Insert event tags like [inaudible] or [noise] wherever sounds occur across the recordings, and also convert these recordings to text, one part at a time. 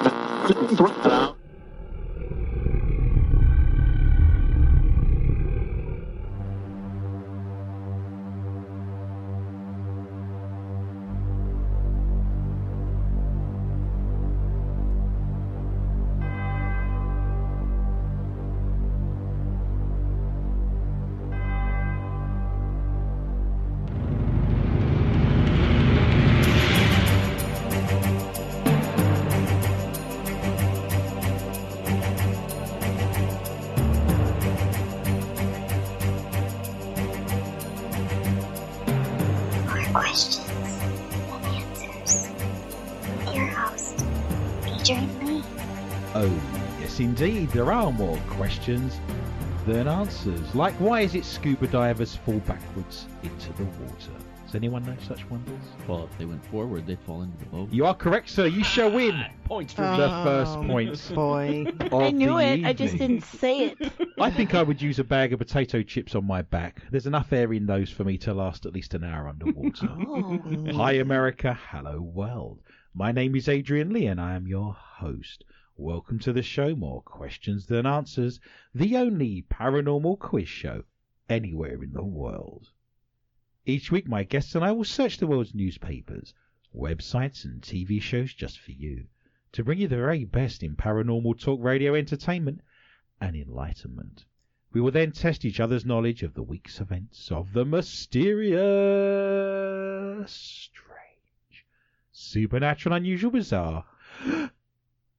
Hello? more questions than answers. Your host, featuring me. Oh, yes, indeed, there are more questions than answers. Like, why is it scuba divers fall backwards into the water? Does anyone know such wonders? Well, if they went forward, they'd fall into the boat. You are correct, sir. You shall win Points for the first Oh, [laughs] points. Boy. Um, I of the knew it. I just evening. didn't say it. [laughs] I think I would use a bag of potato chips on my back. There's enough air in those for me to last at least an hour underwater. Oh. Hi, America. Hello, world. My name is Adrian Lee, and I am your host. Welcome to the show More Questions Than Answers, the only paranormal quiz show anywhere in the world. Each week, my guests and I will search the world's newspapers, websites, and TV shows just for you to bring you the very best in paranormal talk radio entertainment and enlightenment. We will then test each other's knowledge of the week's events of the mysterious, strange, supernatural, unusual, bizarre, [gasps]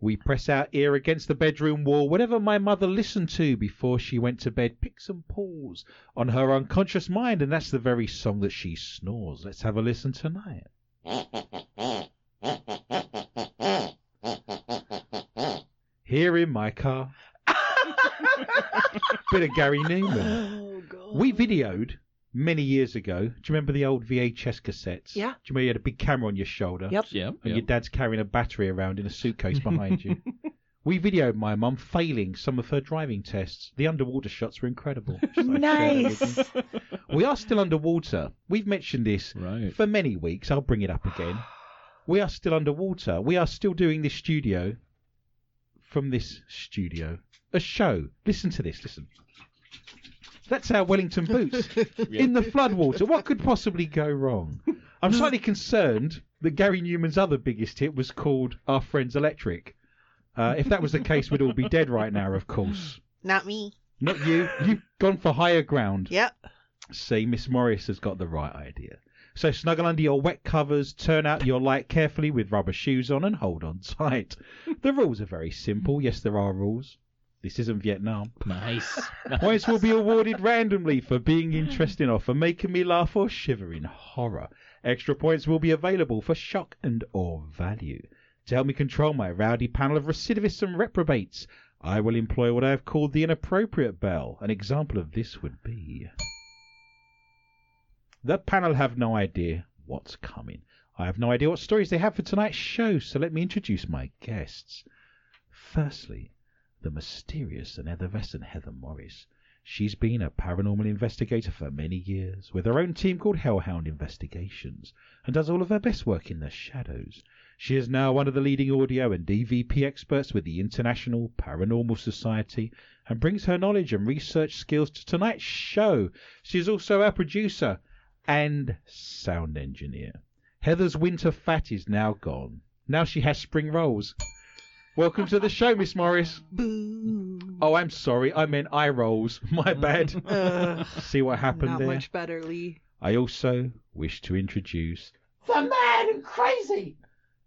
we press our ear against the bedroom wall. Whatever my mother listened to before she went to bed picks and pulls on her unconscious mind, and that's the very song that she snores. Let's have a listen tonight. Here in my car. Bit of Gary Newman. Oh, We videoed many years ago. Do you remember the old VHS cassettes? Yeah. Do you remember you had a big camera on your shoulder? Yep. Yeah. And your dad's carrying a battery around in a suitcase behind [laughs] you. We videoed my mum failing some of her driving tests. The underwater shots were [laughs] incredible. So I shared that with you. Nice. We are still underwater. We've mentioned this Right. for many weeks. I'll bring it up again. We are still underwater. We are still doing this studio from this studio. A show. Listen to this. Listen. That's our Wellington boots in the floodwater. What could possibly go wrong? I'm slightly concerned that Gary Newman's other biggest hit was called Our Friends Electric. Uh, if that was the case, we'd all be dead right now, of course. Not me. Not you. You've gone for higher ground. Yep. See, Miss Morris has got the right idea. So snuggle under your wet covers, turn out your light carefully with rubber shoes on, and hold on tight. The rules are very simple. Yes, there are rules. This isn't Vietnam. Nice. Points will be awarded randomly for being interesting or for making me laugh or shiver in horror. Extra points will be available for shock and or value. To help me control my rowdy panel of recidivists and reprobates, I will employ what I have called the inappropriate bell. An example of this would be. The panel have no idea what's coming. I have no idea what stories they have for tonight's show, so let me introduce my guests. Firstly, the mysterious and effervescent Heather Morris. She's been a paranormal investigator for many years, with her own team called Hellhound Investigations, and does all of her best work in the shadows. She is now one of the leading audio and DVP experts with the International Paranormal Society and brings her knowledge and research skills to tonight's show. She is also our producer and sound engineer. Heather's winter fat is now gone. Now she has spring rolls. Welcome to the show, Miss Morris. Boo. Oh, I'm sorry. I meant eye rolls. [laughs] My bad. Ugh, See what happened not there. much better, Lee. I also wish to introduce the man who crazy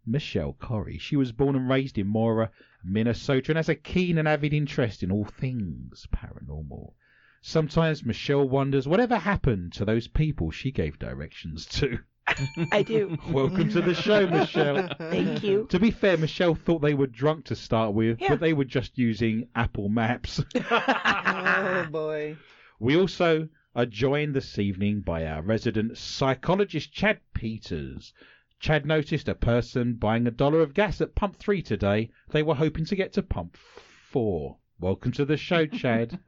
Michelle Corrie. She was born and raised in Mora, Minnesota, and has a keen and avid interest in all things paranormal. Sometimes Michelle wonders whatever happened to those people she gave directions to. I do. [laughs] Welcome to [laughs] the show, Michelle. [laughs] Thank you. To be fair, Michelle thought they were drunk to start with, Yeah. but they were just using Apple Maps. Oh boy. We also are joined this evening by our resident psychologist, Chad Peters. Chad noticed a person buying a dollar of gas at pump three today. They were hoping to get to pump four. Welcome to the show, Chad.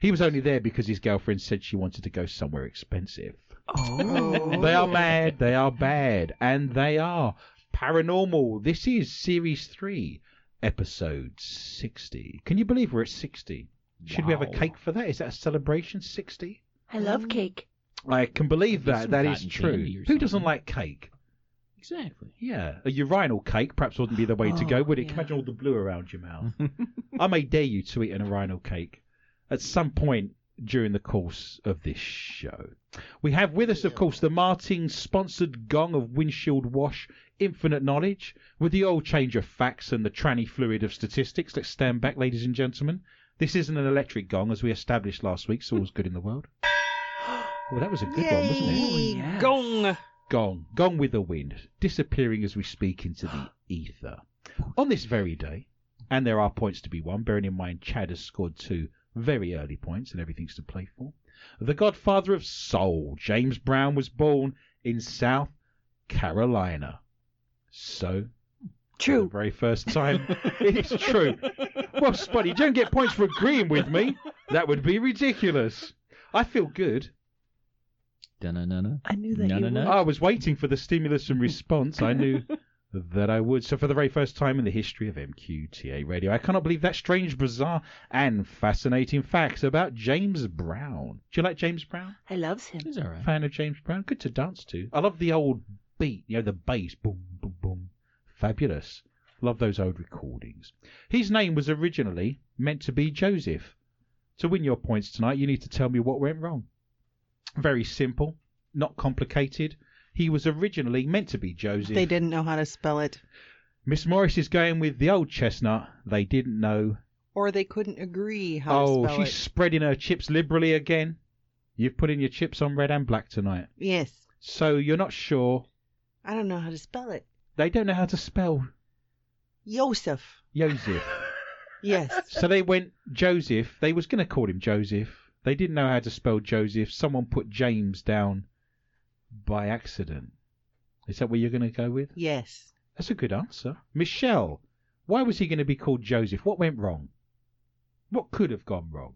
he was only there because his girlfriend said she wanted to go somewhere expensive. Oh. They are bad, they are bad, and they are paranormal. This is series three, episode 60. Can you believe we're at 60? [laughs] Should we have a Wow. cake for that? Is that a celebration? 60? I love cake. I can believe Maybe that. some That is cotton true. candy or Who doesn't something. like cake? [laughs] Exactly. Yeah. A urinal cake perhaps wouldn't be the way to go, Oh, would it? yeah. Imagine all the blue around your mouth. I may dare you to eat an urinal cake at some point during the course of this show. We have with us, of course, the Martin sponsored gong of windshield wash, infinite knowledge, with the old change of facts and the tranny fluid of statistics. Let's stand back, ladies and gentlemen. This isn't an electric gong, as we established last week, so all's good in the world. [gasps] Well, that was a good one, wasn't it? Yay. Gong. gone, gone with the wind, disappearing as we speak into the ether. On this very day, and there are points to be won, bearing in mind Chad has scored two very early points and everything's to play for, the godfather of soul, James Brown, was born in South Carolina. So, for the True. very first time, [laughs] it is true. Well, Spotty, you don't get points for agreeing with me. That would be ridiculous. I feel good. Dun-dun-dun-dun. I knew that No, you no, no. would. I was waiting for the stimulus and response. I knew that I would. So, for the very first time in the history of MQTA radio, I cannot believe that strange, bizarre, and fascinating facts about James Brown. Do you like James Brown? I loves him. It's Oh, all right. Fan of James Brown? Good to dance to. I love the old beat, you know, the bass. Boom, boom, boom. Fabulous. Love those old recordings. His name was originally meant to be Joseph. To win your points tonight, you need to tell me what went wrong. Very simple, not complicated. He was originally meant to be Joseph. They didn't know how to spell it, Miss Morris is going with the old chestnut. They didn't know or they couldn't agree how oh, to spell she's spreading her chips liberally again. You've put in your chips on red and black tonight. it. Yes. So you're not sure. I don't know how to spell it. They don't know how to spell Yosef. Joseph. [laughs] Yes. so they went Joseph. They was going to call him Joseph. They didn't know how to spell Joseph. Someone put James down by accident. Is that what you're going to go with? Yes. That's a good answer. Michelle, why was he going to be called Joseph? What went wrong? What could have gone wrong?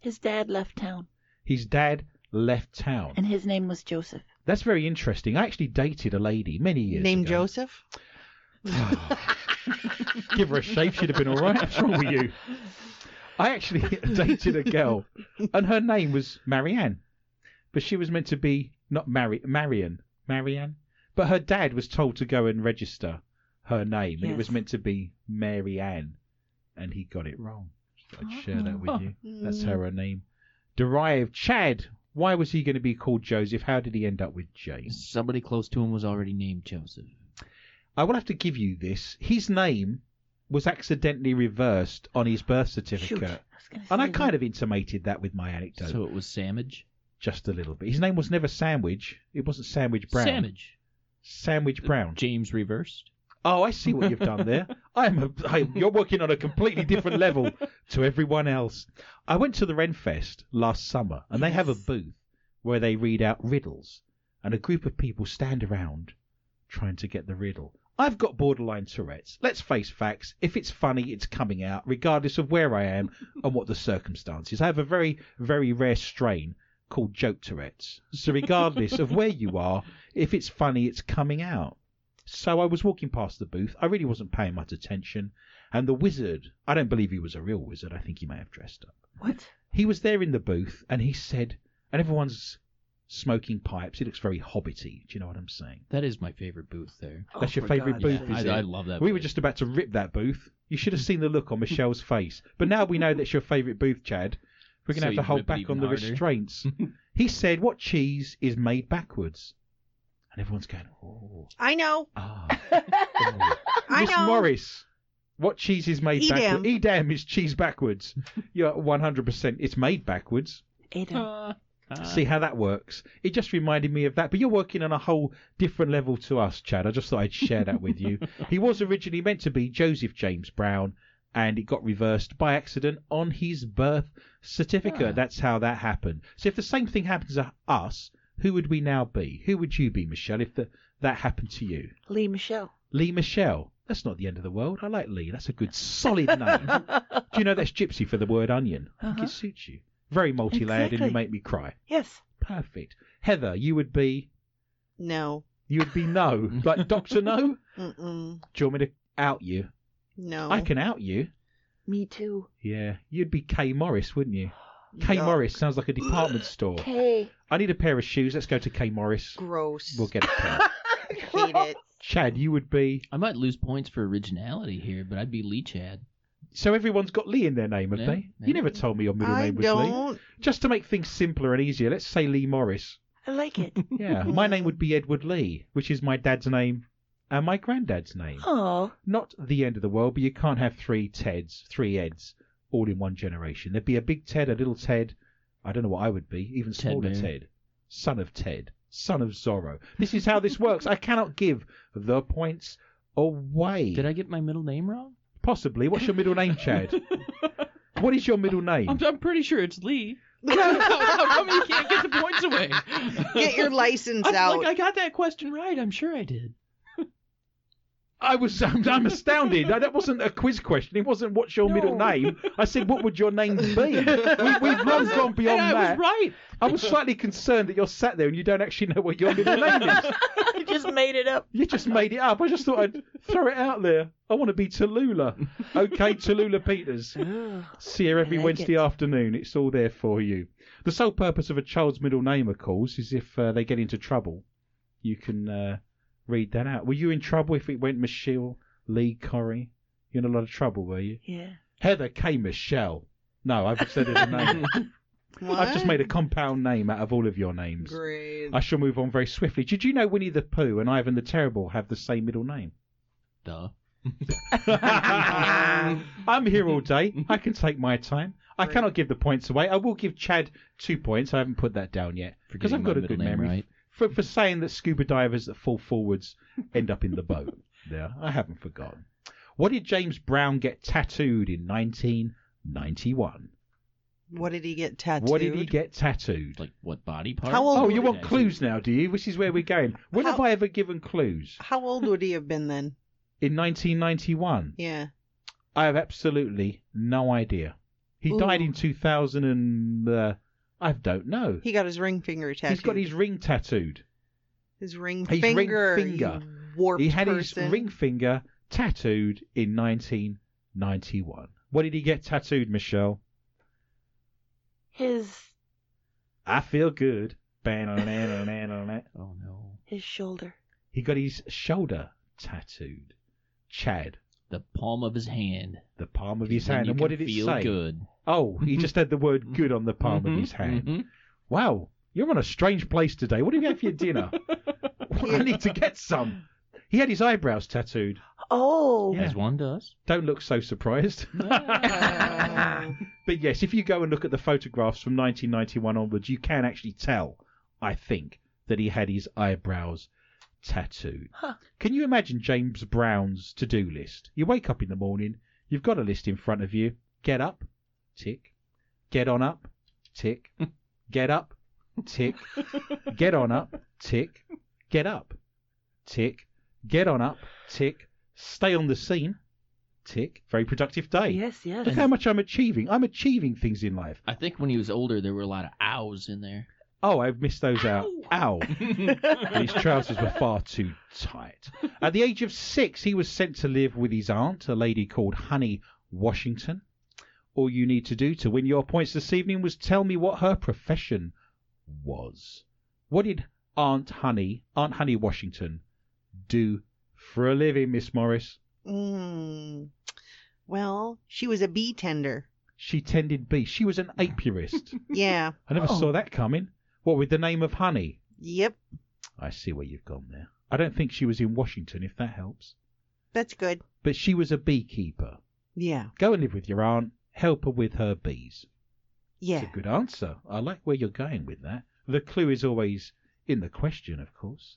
His dad left town, His dad left town. and his name was Joseph. That's very interesting. I actually dated a lady many years Named ago. Joseph? [laughs] Give her a shave, she'd have been all right. What's wrong with you? I actually [laughs] dated a girl, and her name was Marianne, but she was meant to be not Mari- Marion, Marianne. But her dad was told to go and register her name, and it was Yes. meant to be Mary Ann, and he got it wrong. I'd share that with you. That's Mm. her, her name. Derived Chad. Why was he going to be called Joseph? How did he end up with James? Somebody close to him was already named Joseph. I will have to give you this. His name was accidentally reversed on his birth Shoot. Hmm. I certificate. was gonna And I say kind that. of intimated that with my anecdote So it was Samage. just a little bit. His name was never Sandwich. It wasn't Sandwich Brown. Samage. Sandwich Brown. James reversed. Oh, I see what you've done there. I'm a, I, you're working on a completely different level to everyone else. I went to the Renfest last summer, and they have a Yes. booth where they read out riddles, and a group of people stand around trying to get the riddle. I've got borderline Tourette's. Let's face facts. If it's funny, it's coming out, regardless of where I am and what the circumstances. I have a very, very rare strain called joke Tourette's. So, regardless of where you are, if it's funny, it's coming out. So I was walking past the booth. I really wasn't paying much attention. And the wizard, I don't believe he was a real wizard. I think he may have dressed up. What? [laughs] He was there in the booth and he said, and everyone's smoking pipes. It looks very hobbity. Do you know what I'm saying? That is my favorite booth there. That's your Oh, for favourite God's booth, sake. is it? I, I love that. we were place. just about to rip that booth. You should have seen the look on Michelle's face. But now we know that's your favourite booth, Chad. We're going to have to So you hold rip it back even on the harder. [laughs] restraints. he said, What cheese is made backwards? And everyone's going, Oh, I know. ah. I Miss know. Morris, what cheese is made Edam. backwards? Edam is cheese backwards. You're 100%. It's made backwards. Adam. Ah, Ah, see how that works. It just reminded me of that. But you're working on a whole different level to us, Chad. I just thought I'd share that with [laughs] you. He was originally meant to be Joseph James Brown, and it got reversed by accident on his birth certificate. Ah. That's how that happened. So if the same thing happens to us, who would we now be? Who would you be, Michelle, if the, that happened to you? Lee [laughs] Michelle. Lee Michelle. That's not the end of the world. I like Lee. That's a good, solid name. [laughs] Do you know that's gypsy for the word onion? I think Uh-huh. it suits you. Very multi-layered, and Exactly. you make me cry. Yes. Perfect. Heather, you would be No. you would be no. like Doctor No? Do Mm-mm. you want me to out you? No. I can out you. Me too. Yeah. You'd be Kay Morris, wouldn't you? Kay Yuck. Morris sounds like a department store. Okay. I need a pair of shoes. Let's go to Kay Morris. Gross. We'll get a pair. Hate it. Chad, you would be I might lose points for originality here, but I'd be Lee Chad. so everyone's got Lee in their name, have Yeah, they? yeah. You never told me your middle I name was Lee. don't. Just to make things simpler and easier, let's say Lee Morris. [laughs] I like it. Yeah, my name would be Edward Lee, which is my dad's name and my granddad's name. [laughs] Oh, Not the end of the world, but you can't have three Teds, three Eds, all in one generation. There'd be a big Ted, a little Ted. I don't know what I would be. Even Ted smaller Bear. Ted. Son of Ted. Son of Zorro. This is how this works. I cannot give the points away. Did I get my middle name wrong? Possibly. What's your middle name, [laughs] Chad? what is your middle name? I'm, I'm pretty sure it's Lee. [laughs] how, how come you can't get the points away? [laughs] Get your license I, out. Like, I got that question right. I'm sure [laughs] I did. I was [laughs] I'm, I'm astounded. No, that wasn't a quiz question. It wasn't what's your middle No. name. I said what would your name be. we, we've [laughs] long gone beyond and I that. was right. I was slightly concerned that you're sat there and you don't actually know what your middle [laughs] name is. I just made it up. You just made it up. I just thought I'd throw it out there. I want to be Tallulah. Okay, Tallulah Peters. See her every I like Wednesday it. afternoon. It's all there for you. The sole purpose of a child's middle name, of course, is if uh, they get into trouble. You can uh, read that out. Were you in trouble if it went Michelle Lee Corrie? You're in a lot of trouble, were you? Yeah. Heather K. Michelle. No, I've said it a [laughs] name. [gasps] I've just made a compound name out of all of your names. Great. I shall move on very swiftly. Did you know Winnie the Pooh and Ivan the Terrible have the same middle name? [laughs] [laughs] Duh. I'm here [laughs] all day. I can take my time. I Right. cannot give the points away. I will give Chad two points. I haven't put that down yet because Forgetting I've got my a good middle name, memory right? for for saying that scuba divers that fall forwards end up in the [laughs] boat. There, I haven't forgotten. What did James Brown get tattooed in 1991? What did he get tattooed? What did he get tattooed? Like what body part? How old Oh, Oh, you what want clues now, do you? Which is where we're going. When How- have I ever given clues? How old would he have been then? In 1991. Yeah. I have absolutely no idea. He Ooh. died in 2000 and uh, I don't know. He got his ring finger tattooed. He's got his ring tattooed. his ring his ring finger. you finger. warped he had person. his ring finger tattooed in 1991. What did he get tattooed, Michelle? His I feel good. Ba-na-na-na-na-na. Oh no. his shoulder. he got his shoulder tattooed. Chad, The palm of his hand. the palm of his Then hand. you And what can did it feel say? good. Oh, he just had the [laughs] word good on the palm of Mhm, his hand. mhm. Wow, you're on a strange place today. What have you had for your [laughs] dinner? I need to get some. He had his eyebrows tattooed. Oh. Yeah. As one [laughs] does. Don't look so surprised. [laughs] Oh. But yes, if you go and look at the photographs from 1991 onwards, you can actually tell, I think, that he had his eyebrows tattooed. Huh. Can you imagine James Brown's to do list? You wake up in the morning, you've got a list in front of you. Get up, tick. Get on up, tick. Get up, tick. Get on up, tick. Get up, tick. Get on up, tick. Stay on the scene, tick. Very productive day. Yes. Yes. Look how much I'm achieving. I'm achieving things in life. I think when he was older, there were a lot of ows in [laughs] there. Oh, I've missed those out. Ow. These trousers were far too tight. At the age of six, he was sent to live with his aunt, a lady called Honey Washington. All you need to do to win your points this evening was tell me what her profession was. What did Aunt Honey, Aunt Honey Washington, do for a living, Miss Morris? Mm. Well, she was a bee tender. She tended bees. She was an apiarist. Yeah. I never Oh. saw that coming. What with the name of Honey? yep. I see where you've gone there. I don't think she was in Washington, if that helps. That's good. But she was a beekeeper. Yeah. Go and live with your aunt. Help her with her bees. Yeah. It's a good answer. I like where you're going with that. The clue is always in the question, of course.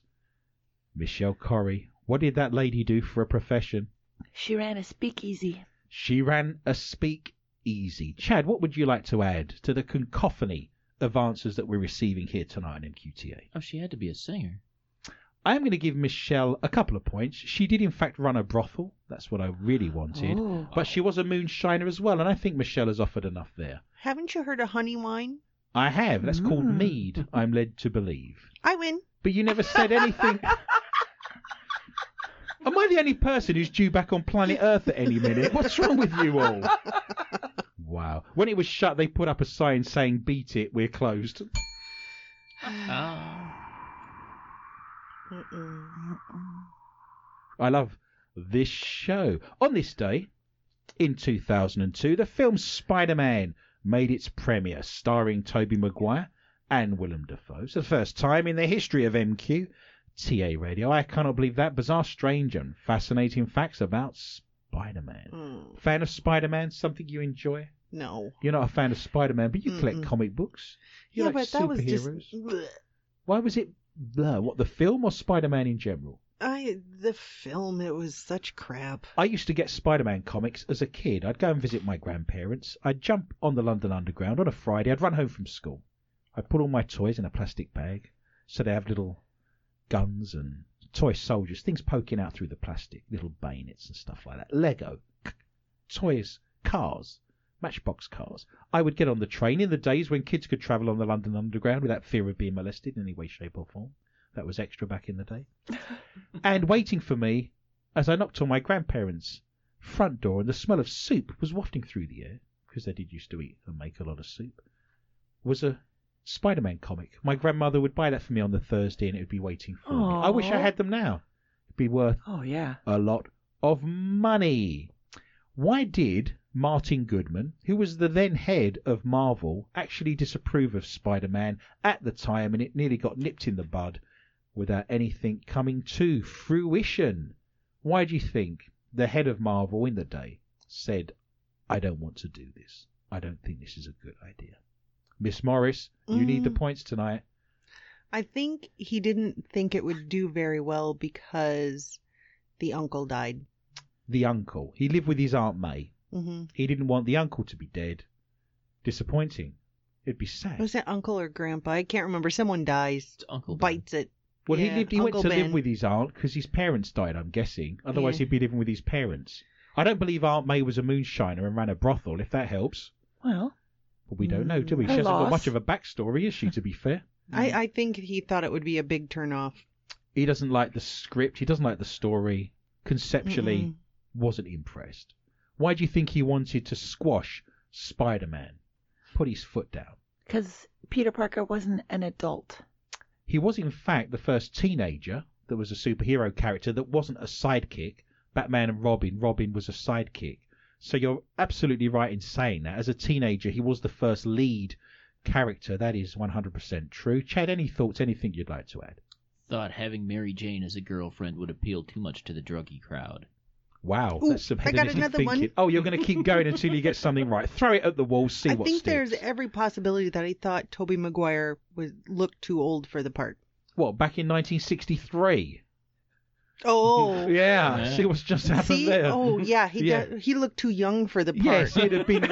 Michelle Corrie, what did that lady do for a profession? She ran a speakeasy. She ran a speak easy. Chad, what would you like to add to the cacophony of answers that we're receiving here tonight on MQTA? Oh, she had to be a singer. I am going to give Michelle a couple of points. She did, in fact, run a brothel. That's what I really wanted. Oh. But she was a moonshiner as well, and I think Michelle has offered enough there. Haven't you heard of honey wine? I have. That's called Mm. mead, I'm led to believe. I win. But you never said anything. Am I the only person who's due back on planet Earth at any minute? What's wrong with you all? Wow. When it was shut, they put up a sign saying, Beat it, we're closed. Ah. Mm-mm. I love this show. On this day, in 2002, the film Spider Man made its premiere, starring Tobey Maguire and Willem Dafoe. It's the first time in the history of MQ. TA Radio. I cannot believe that. Bizarre, strange, and fascinating facts about Spider Man. Mm. Fan of Spider Man, something you enjoy? No. You're not a fan of Spider Man, but you collect Mm-mm. comic books. You yeah, like but superheroes. that was just. Blech. Why was it blur? What, the film or Spider Man in general? I the film. It was such crap. I used to get Spider Man comics as a kid. I'd go and visit my grandparents. I'd jump on the London Underground on a Friday. I'd run home from school. I'd put all my toys in a plastic bag so they have little guns and toy soldiers, things poking out through the plastic, little bayonets and stuff like that. Lego, c- toys, cars, matchbox cars. I would get on the train in the days when kids could travel on the London Underground without fear of being molested in any way, shape, or form. That was extra back in the day. and waiting for me as I knocked on my grandparents' front door, and the smell of soup was wafting through the air, because they did used to eat and make a lot of soup, was a Spider Man comic. My grandmother would buy that for me on the Thursday, and it would be waiting for me. I wish I Aw. had them now. It'd be worth Oh yeah. a lot of money. Why did Martin Goodman, who was the then head of Marvel, actually disapprove of Spider Man at the time and it nearly got nipped in the bud without anything coming to fruition? Why do you think the head of Marvel in the day said, I don't want to do this? I don't think this is a good idea. Miss Morris, you need the Mm. points tonight. I think he didn't think it would do very well because the uncle died. The uncle. He lived with his Aunt May. hmm He didn't want the uncle to be dead. Disappointing. It'd be sad. Was it uncle or grandpa? I can't remember. Someone dies, It's Uncle Ben. bites it. well, yeah, he lived. He went Uncle to Ben. live with his aunt because his parents died. I'm guessing. Otherwise, Yeah. he'd be living with his parents. I don't believe Aunt May was a moonshiner and ran a brothel. If that helps, Well, but we don't know, do Mm, we? A She hasn't got loss. much of a backstory, is she? To be fair, I, I think he thought it would be a big turnoff. he doesn't like the script. He doesn't like the story. Conceptually, wasn't impressed. Why do you think he wanted to squash Spider-Man? Put his foot down. because Peter Parker wasn't an adult. He was, in fact, the first teenager that was a superhero character that wasn't a sidekick. Batman and Robin, Robin was a sidekick. So you're absolutely right in saying that. As a teenager, he was the first lead character. That is 100% true. Chad, any thoughts, anything you'd like to add? Thought having Mary Jane as a girlfriend would appeal too much to the druggy [laughs] crowd. Wow, Ooh, that's some I got hedonistic another thinking. one. Oh, you're going to keep going until you get something right. Throw it at the wall, see I what think sticks. there's every possibility that I thought Toby Maguire was looked too old for [laughs] the part. What, back in 1963? Oh, Yeah, Yeah. see what's just happened see, there. oh yeah, he [laughs] Yeah. Got, he looked too young for the part. Yes, it'd have been.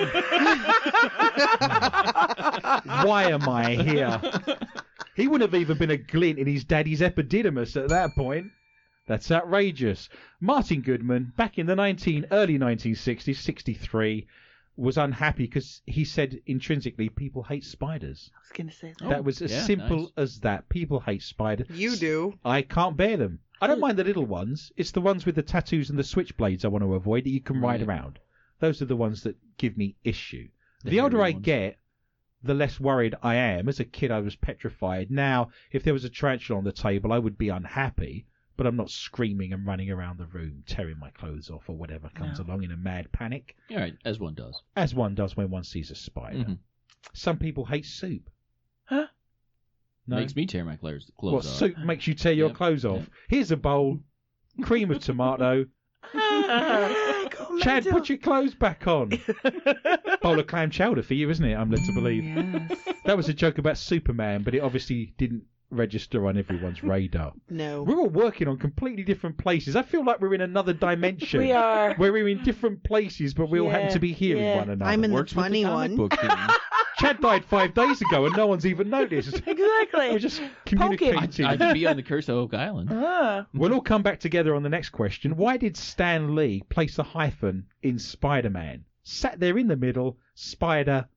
Why am I here? [laughs] He would have even been a glint in his daddy's epididymis at that point. That's outrageous. Martin Goodman, back in the 19 early 1960s, 63, was unhappy because he said intrinsically people hate spiders. I was gonna say that. that was as yeah, simple nice. as that. People hate spiders. you do. I can't bear them. I don't Hmm. mind the little ones. It's the ones with the tattoos and the switchblades I want to avoid that you can ride Right. around. Those are the ones that give me issue. The, The older hairy I ones. get, the less worried I am. As a kid, I was petrified. Now, if there was a tarantula on the table, I would be unhappy, but I'm not screaming and running around the room, tearing my clothes off or whatever comes No. along in a mad panic, All right, as one does. as one does when one sees a spider. Mhm. Some people hate soup. Huh? No. Makes me tear my clothes. clothes What off. soup makes you tear your Yep, clothes off? yep. [laughs] Here's a bowl, cream of tomato, [laughs] Chad, put your clothes back [laughs] on. Bowl of clam chowder for you, isn't it? I'm led to believe. Yes. That was a joke about Superman, but it obviously didn't register on everyone's radar. No. We're all working on completely different places. I feel like we're in another dimension. We are. Where we're in different places, but we all happen Yeah, to be here yeah. with one another. I'm in the Works with funny comic one. book thing. Chad died five days ago, and no one's [laughs] even noticed. Exactly. We're just Poke him. [laughs] communicating. I could be on the Curse of Oak Island. Ah. We'll all come back together on the next question. Why did Stan Lee place a hyphen in Spider Man? Sat there in the middle, Spider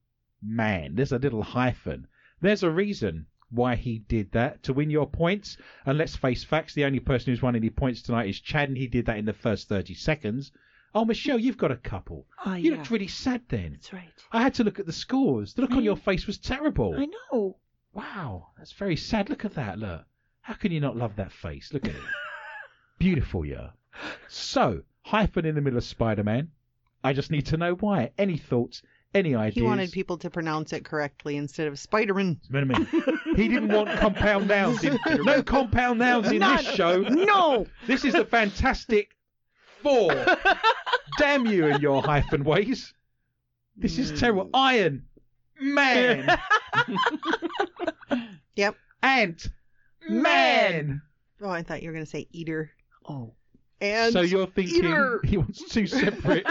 Man. There's a little hyphen. There's a reason why he did that to win your points. And let's face facts, the only person who's won any points tonight is Chad, and he did that in the first 30 seconds. Oh, Michelle, you've got a couple. Oh, You yeah. looked really sad then. That's right. I had to look at the scores. The look on your face was terrible. I know. Wow, that's very sad. Look at that, look. How can you not love that face? Look at it. Beautiful, yeah. So, hyphen in the middle of Spider Man. I just need to know why. Any thoughts? Any ideas? He wanted people to pronounce it correctly instead of Spider-Man. You know what I mean? he didn't want compound nouns [laughs] in no compound nouns in this show. [laughs] No. This is the fantastic [laughs] four. Damn you and your hyphen ways. This is Mm. terrible. Iron Man. [laughs] Yep. Ant Man. Oh, I thought you were going to say eater. Oh. And so you're thinking eater. he wants two separate.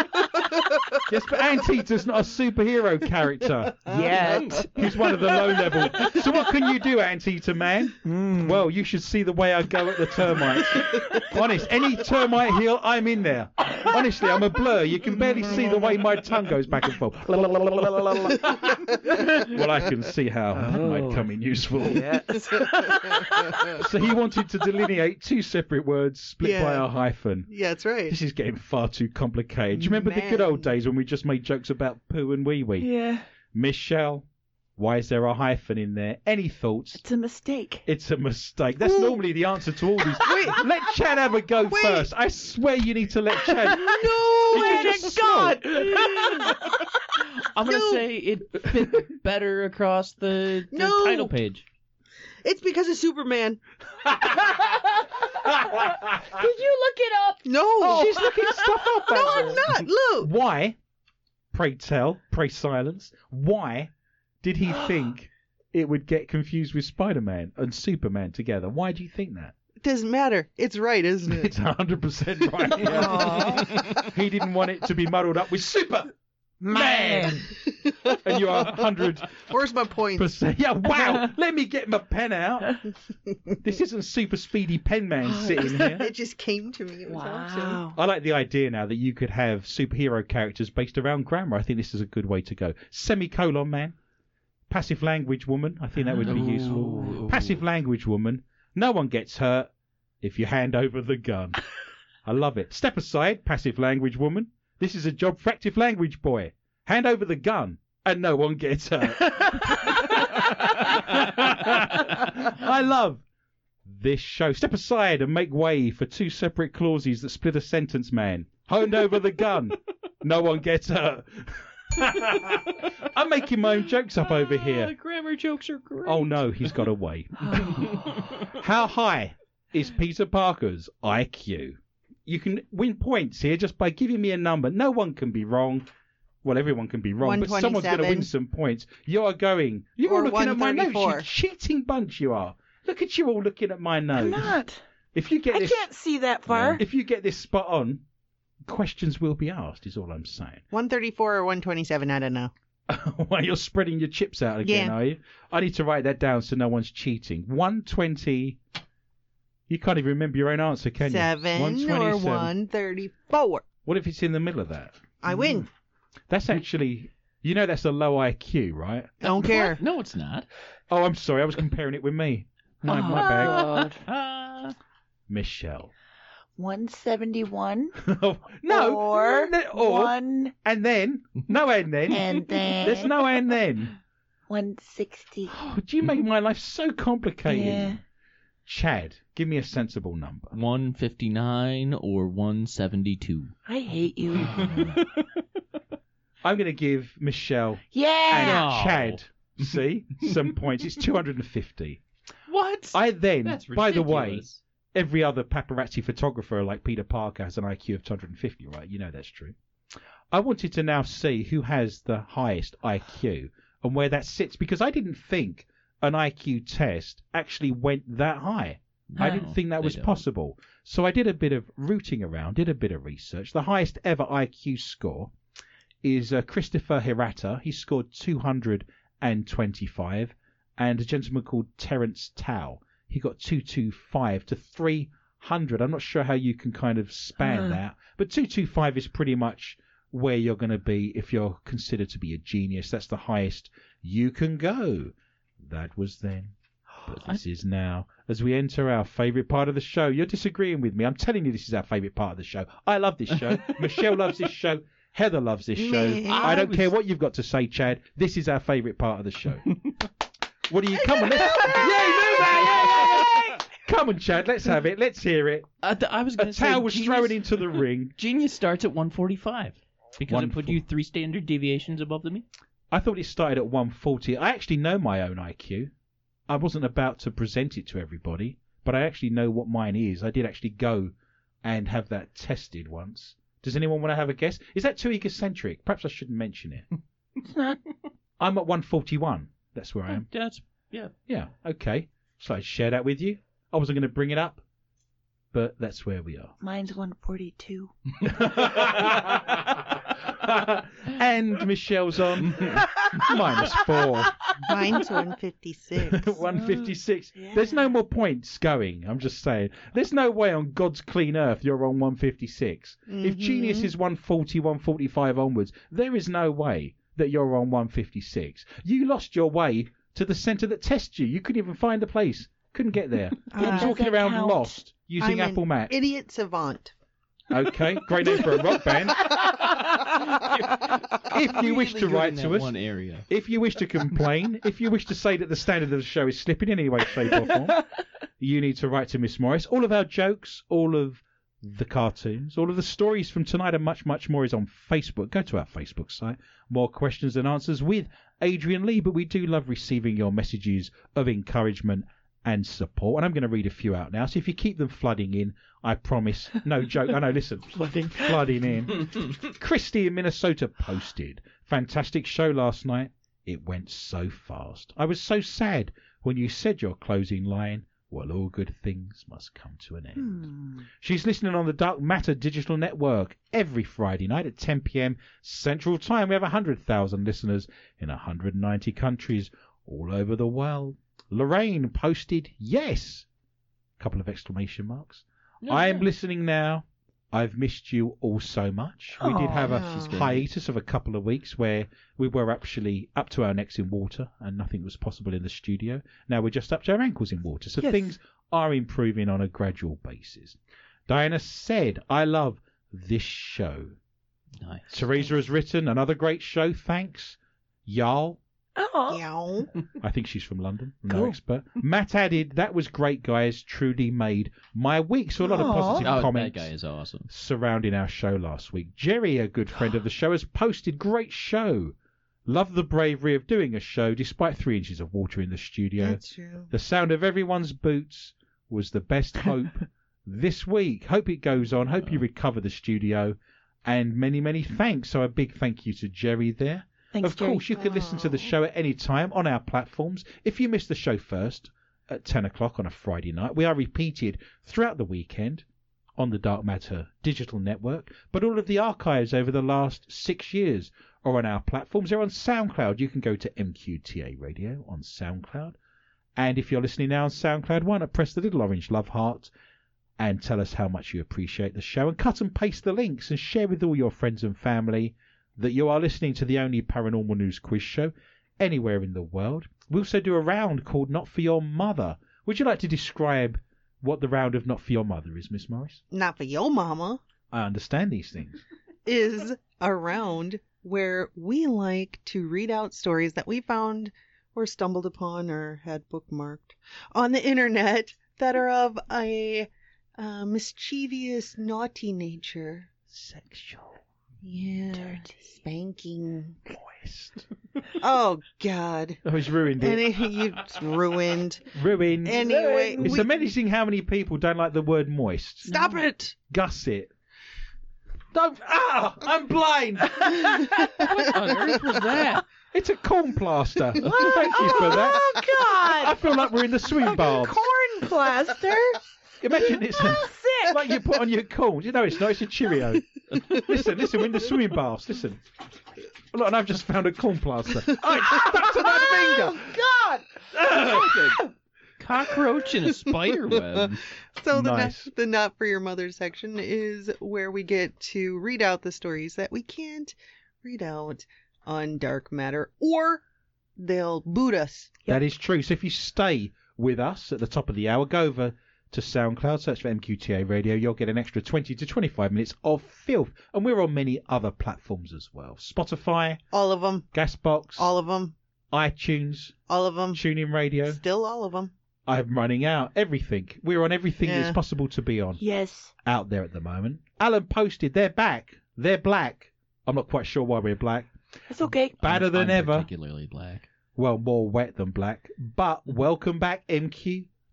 yes, but Anteater's not a superhero character. um, [laughs] Yet. He's one of the low level. So what can you do, Anteater man? Well, you should see the way I go at the termites. Honest, any termite heel, I'm in there. Honestly, I'm a blur. You can barely see the way my tongue goes back and forth. well, I can see how that might come in useful. Yes. So he wanted to delineate two separate words split by Yeah. a hyphen. yeah, that's right. This is getting far too complicated. Do you remember the good Man. old days when we just made jokes about poo and wee [laughs] [laughs] wee? yeah. Michelle, why is there a hyphen in there? Any thoughts? It's a [laughs] mistake. It's a mistake. That's normally the answer to all these. [laughs] Wait. Let Chad have a go Wait. first. I swear you need to let [laughs] Chad. No, Did you way. just snort? I'm gonna No. say it fit better across the, the No. title page. it's because of Superman. Did you look it up? No, She's looking stuff up. no, over I'm there. not. Look, [laughs] Why? Pray tell. Pray silence. Why did [gasps] he think it would get confused with Spider-Man and Superman together? Why do you think that? it doesn't matter. It's right, isn't [laughs] it? It's 100% right. [laughs] he didn't want it to be muddled up with Superman. [laughs] and you are 100%. Where's my point? Yeah, wow. Let me get my pen out. This isn't Super Speedy Pen Man Oh, sitting here. It just came to me. It was awesome. Wow. I like the idea now that you could have superhero characters based around grammar. I think this is a good way to go. Semicolon man, passive language woman. I think that would be useful. Ooh. Passive language woman. No one gets hurt if you hand over the gun. I love it. Step aside, passive language woman. This is a job for active language boy. Hand over the gun and no one gets hurt. I love this show. Step aside and make way for two separate clauses that split a sentence, man. Honed over the gun. No one gets hurt. [laughs] I'm making my own jokes up over Ah, [laughs] here. grammar jokes are great. Oh [laughs] no, he's got away. How high is Peter Parker's IQ? You can win points here just by giving me a number. No one can be wrong. Well, everyone can be wrong, but someone's going to 127. win some points. You are going. You're all Or looking at my notes. You 134. cheating bunch, you are. Look at you all looking at my I'm nose. not. If you get I this, can't see that far. if you get this spot on, questions will be asked. Is all I'm saying. 134 or 127, I don't know. [laughs] Why you're spreading your chips out again, Yeah. are you? I need to write that down so no one's cheating. 120. You can't even remember your own answer, can you? 7 or 127. 134. What if it's in the middle of that? I Mm. win. Hmm. That's actually, you know, that's a low IQ, right? I don't care. No, it's not. Oh, I'm sorry, I was comparing it with me. My, my Oh. bad. God. Ah. [laughs] Michelle. [laughs] 171 no. no, or, no, or- 1 and then. No, and [laughs] then. and then There's no and then. 160. Oh, do you make my life so complicated? Yeah. Chad, give me a sensible number. 159 or 172. I hate you. I'm going to give Michelle and [laughs] Yeah. No. Chad, see, some points. It's 250. [laughs] What? I then, by the way, every other paparazzi photographer like Peter Parker has an IQ of 250, right? You know that's true. I wanted to now see who has the highest IQ and where that sits because I didn't think an IQ test actually went that high. I No, didn't think that they was don't. possible. So I did a bit of rooting around, did a bit of research. The highest ever IQ score is uh, Christopher Hirata. He scored 225, and a gentleman called Terence Tao. He got 225 to 300. I'm not sure how you can kind of span that, but 225 is pretty much where you're going to be if you're considered to be a genius. That's the highest you can go. That was [gasps] then. But this is now. As we enter our favourite part of the show, you're disagreeing with me. I'm telling you, this is our favourite part of the show. I love this [laughs] show. Michelle loves this show. Heather loves this show. Me. I don't I was- care what you've got to say, Chad. This is our favourite part of the [laughs] show. what do you come on? Let's... Yay, move it! Yay, yay, yay, yay! Come on, Chad. Let's have it. Let's hear it. I, th- I was A going to say towel was genius, thrown into [laughs] the ring. genius starts at 145 because it put Wonderful. you three standard deviations above the mean. I thought it started at 140. I actually know my own IQ. I wasn't about to present it to everybody, but I actually know what mine is. I did actually go and have that tested once. Does anyone want to have a guess? Is that too egocentric? Perhaps I shouldn't mention it. It's not. I'm at 141. That's where I am. [laughs] That's yeah. Yeah, okay. So I'd share that with you. I wasn't going to bring it up, but that's where we are. [laughs] Mine's 142. and Michelle's on minus four. [laughs] Mine's 156. 156. Yeah. There's no more points going. I'm just saying. There's no way on God's clean earth you're on 156. Mm-hmm. If Genius Mhm. is 140, 145 onwards, there is no way that you're on 156. You lost your way to the centre that tests you. You couldn't even find the place. Couldn't [laughs] get there. You're Ah. walking Doesn't around count. lost using I'm an Apple Maps. Idiot savant. Okay, great name for a rock band. If you wish to Really good write in to that us, one area. If you wish to complain, if you wish to say that the standard of the show is slipping in any way, shape, or form, you need to write to Miss Morris. All of our jokes, all of the cartoons, all of the stories from tonight, and much, much more is on Facebook. Go to our Facebook site. More questions and answers with Adrian Lee, but we do love receiving your messages of encouragement and support. And I'm going to read a few out now. So if you keep them flooding in, I promise, no joke. I know, listen, flooding, flooding in. Christy in Minnesota posted, Fantastic show last night. It went so fast. I was so sad when you said your closing line, Well, all good things must come to an end. Hmm. She's listening on the Dark Matter Digital Network every Friday night at 10 p.m. Central Time. We have 100,000 listeners in 190 countries all over the world. Lorraine posted, Yes! Couple of exclamation marks. [laughs] I am listening now. I've missed you all so much. We did Aw. have a Aw. She's great. hiatus of a couple of weeks where we were actually up to our necks in water and nothing was possible in the studio. Now we're just up to our ankles in water. So Yes. things are improving on a gradual basis. Diana said, I love this show. Nice. Teresa has written, another great show. Thanks. Yarl, Oh. Yow. I think she's from London. No Cool. expert. Matt added, that was great, guys. Truly made my week. So a lot of Aw. positive Oh, that comments guy is [laughs] awesome. surrounding our show last week. Jerry, a good friend of the show, has posted great show. Love the bravery of doing a show despite three inches of water in the studio. That's true. The sound of everyone's boots was the best hope this week. Hope it goes on. Hope you recover the studio. And many, many thanks. So a big thank you to Jerry there. Thanks, Of course, you can listen to the Oh. show at any time on our platforms. If you miss the show first at 10 o'clock on a Friday night, we are repeated throughout the weekend on the Dark Matter digital network. But all of the archives over the last six years are on our platforms. They're on SoundCloud. You can go to MQTA Radio on SoundCloud. And if you're listening now on SoundCloud, why not press the little orange love heart and tell us how much you appreciate the show and cut and paste the links and share with all your friends and family that you are listening to the only paranormal news quiz show anywhere in the world. We also do a round called Not for Your Mother. Would you like to describe what the round of Not for Your Mother is, Miss Morris? Not for your mama. I understand these things. is around where we like to read out stories that we found or stumbled upon or had bookmarked on the internet that are of a uh, mischievous, naughty nature. Sexual. [laughs] [laughs] Yeah. Dirty. Spanking. best. Oh God. Oh, it's ruined it. Any, you ruined. ruined. Anyway, [laughs] it's we- amazing how many people don't like the word moist. stop it. Gusset. Don't. Ah! I'm blind! What on earth was that? It's a corn plaster. Thank you for that. I Oh feel like we're in the [laughs] swing God! bar. Corn [laughs] plaster. Imagine it's a, Sick. like you put on your corn. You know, it's not. It's a [laughs] Cheerio. listen, listen, we're in the swing baths. Listen. Look, and I've just found a corn plaster. Oh, it's stuck to my [laughs] Oh, finger! God! Cockroach in [laughs] a spider web. So the Nice. not, the not for your mother section is where we get to read out the stories that we can't read out on Dark Matter, or they'll boot us. [laughs] That is true. So if you stay with us at the top of the hour, go over to SoundCloud, search for MQTA Radio. You'll get an extra 20 to 25 minutes of filth. And we're on many other platforms as well Spotify, All of them. Gasbox, All of them. iTunes, All of them. TuneIn Radio. Still all of them. I'm running out. Everything. We're on everything Yeah. that's possible to be on Yes. out there at the moment. Alan posted, they're back. They're black. I'm not quite sure why we're black. It's okay. Badder I'm- than I'm ever. Particularly black. Well, more wet than black. But welcome back,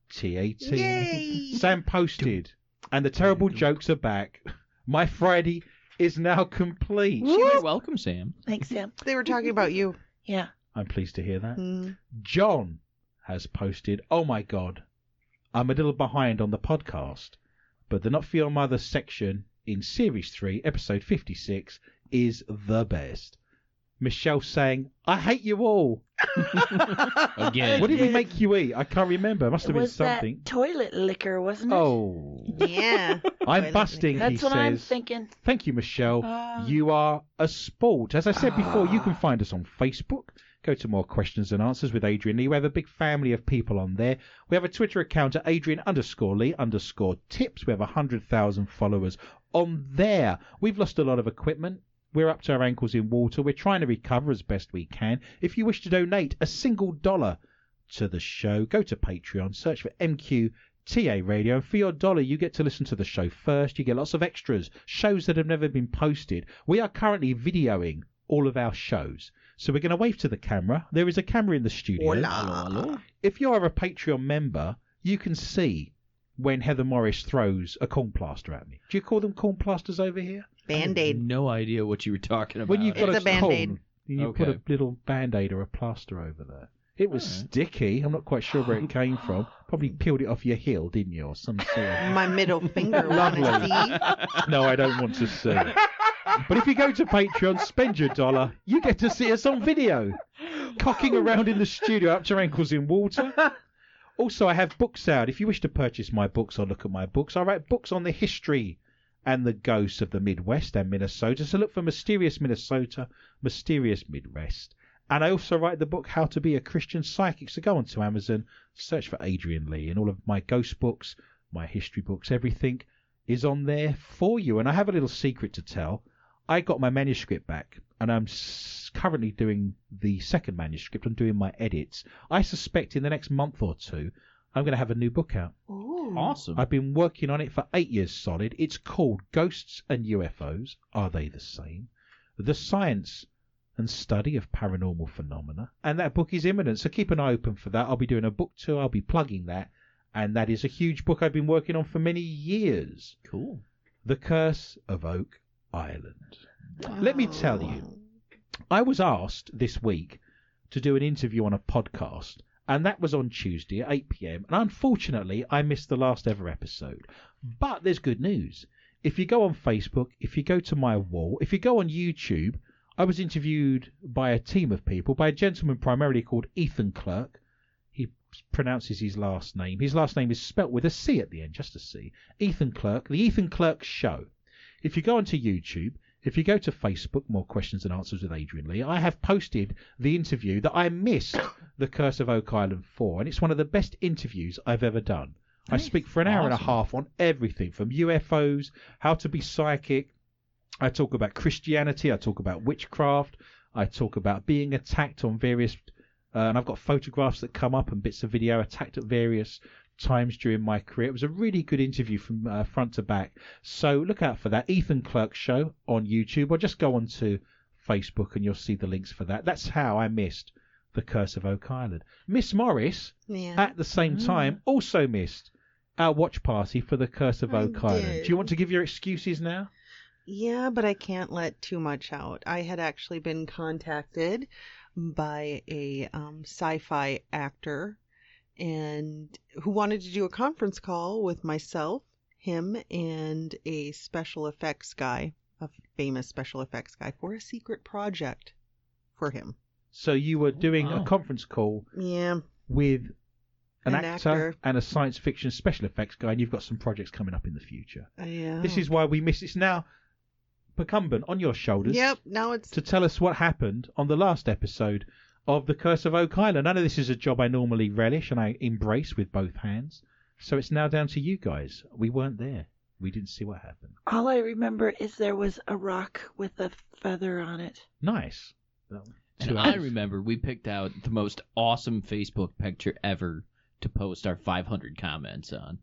MQTAT. Yay! [laughs] Sam posted, and the terrible Doom. jokes are back. My Friday is now complete. You're welcome, Sam. Thanks, Sam. They were talking about you. [laughs] Yeah. I'm pleased to hear that. Mm. John has posted, Oh my God, I'm a little behind on the podcast, but the Not For Your Mother section in Series 3, Episode 56, is the best. Michelle saying, I hate you all. Again. What did we make you eat? I can't remember. It must It have been was something. that toilet liquor, wasn't it? Oh. Yeah. I'm busting, he That's what I'm says. thinking. Thank you, Michelle. Ah. you are a sport. As I said before, you can find us on Facebook. Go to more questions and answers with Adrian Lee. We have a big family of people on there. We have a Twitter account at Adrian underscore Lee underscore tips. We have 100,000 followers on there. We've lost a lot of equipment. We're up to our ankles in water. We're trying to recover as best we can. If you wish to donate a single dollar to the show, go to Patreon, search for MQ TA Radio, and for your dollar, you get to listen to the show first. You get lots of extras, shows that have never been posted. We are currently videoing all of our shows. So we're going to wave to the camera. There is a camera in the studio. Hello, hello. If you are a Patreon member, you can see when Heather Morris throws a corn plaster at me. Do you call them corn plasters over here? Band I aid. have no idea what you were talking about. When you've got It's a, a Band-Aid. corn, you put Okay. a little band aid or a plaster over there. It was Alright. sticky. I'm not quite sure where it came [laughs] from. Probably peeled it off your heel, didn't you, or some sort of My middle finger. Wanna Lovely. see? No, I don't want to see. But if you go to Patreon, spend your dollar, you get to see us on video, cocking around in the studio up to our ankles in water. Also, I have books out. If you wish to purchase my books or look at my books, I write books on the history and the ghosts of the Midwest and Minnesota. So look for Mysterious Minnesota, Mysterious Midwest. And I also write the book How to Be a Christian Psychic. So go onto Amazon, search for Adrian Lee, and all of my ghost books, my history books, everything is on there for you. And I have a little secret to tell. I got my manuscript back, and I'm s- currently doing the second manuscript. I'm doing my edits. I suspect in the next month or two, I'm going to have a new book out. Awesome. I've been working on it for eight years solid. It's called Ghosts and UFOs Are They the Same? The Science and Study of Paranormal Phenomena. And that book is imminent, so keep an eye open for that. I'll be doing a book tour, I'll be plugging that. And that is a huge book I've been working on for many years. cool. The Curse of Oak Island. Let me tell you, I was asked this week to do an interview on a podcast, and that was on Tuesday at 8 pm. And unfortunately, I missed the last ever episode. But there's good news. If you go on Facebook, if you go to my wall, if you go on YouTube, I was interviewed by a team of people, by a gentleman primarily called Ethan Clerk. He pronounces his last name. His last name is spelt with a C at the end, just a C. Ethan Clerk, The Ethan Clerk Show. If you go onto YouTube, if you go to Facebook, more questions and answers with Adrian Lee, I have posted the interview that I missed [coughs] The Curse of Oak Island for, and it's one of the best interviews I've ever done. I Nice. speak for an hour and a Awesome. half on everything from UFOs, how to be psychic. I talk about Christianity, I talk about witchcraft, I talk about being attacked on various, uh, and I've got photographs that come up and bits of video attacked at various times during my career. It was a really good interview from uh, front to back. So look out for that Ethan Clerk show on YouTube or just go on to Facebook and you'll see the links for that. That's how I missed The Curse of Oak Island. Miss Morris, Yeah. Mm. at the same time, also missed our watch party for The Curse of I Oak Island. Do you want to did. give your excuses now? Yeah, but I can't let too much out. I had actually been contacted by a um, sci-fi actor and who wanted to do a conference call with myself, him, and a special effects guy, a famous special effects guy, for a secret project for him. So you Oh, were doing wow. a conference call Yeah. with an, An actor, actor. and a science fiction special effects guy, and you've got some projects coming up in the future. Yeah. This is why we miss. It's now incumbent on your shoulders Yep, now it's to tell us what happened on the last episode of The Curse of Oak Island. I know this is a job I normally relish and I embrace with both hands, so it's now down to you guys. We weren't there. We didn't see what happened. All I remember is there was a rock with a feather on it. Nice. And Two I hours. remember we picked out the most awesome Facebook picture ever to post our 500 comments on.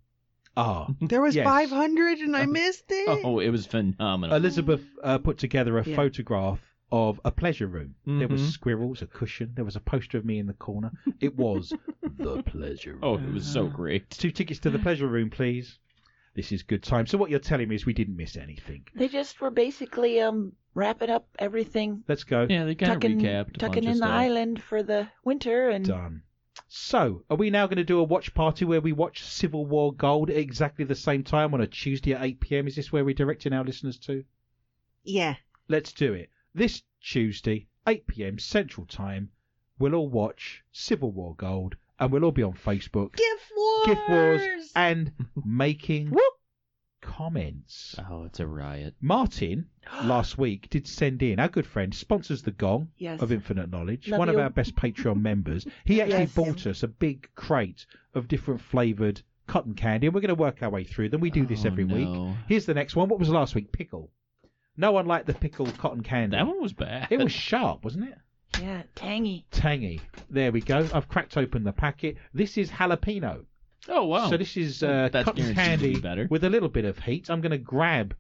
Ah. there was yes. Uh-huh. 500 and I missed Eh. it. Oh, it was phenomenal. Elizabeth uh, put together a Yeah. photograph of a pleasure room. There Mhm. was squirrels, a cushion, there was a poster of me in the corner. It was [laughs] the pleasure room. Oh, it was so great. Two tickets to the pleasure room, please. This is good time. So what you're telling me is we didn't miss anything. They just were basically um wrapping up everything, Let's go. Yeah, they kind of tucking recapped. a tucking bunch of in the stuff. island for the winter and Done. So, are we now going to do a watch party where we watch Civil War Gold at exactly the same time on a Tuesday at 8 p.m.? Is this where we're directing our listeners to? Yeah. Let's do it. This Tuesday, 8 p.m. Central Time, we'll all watch Civil War Gold and we'll all be on Facebook, Gift Wars. Gift Wars, and making Whoop. comments. Oh, it's a riot. [gasps] Martin last week did send in our good friend sponsors the Gong Yes. of Infinite Knowledge, Love one of you. our best Patreon members. He actually Yes. bought us a big crate of different flavored cotton candy, and we're going to work our way through them. We do this Oh, every week. no. Here's the next one. What was last week? Pickle. No one liked the pickle cotton candy. That one was bad. It was sharp, wasn't it? yeah, tangy. Tangy. There we go. I've cracked open the packet. This is jalapeno. [laughs] Oh wow. So this is uh, That's cotton guaranteed to be candy better. with a little bit of heat. I'm going to grab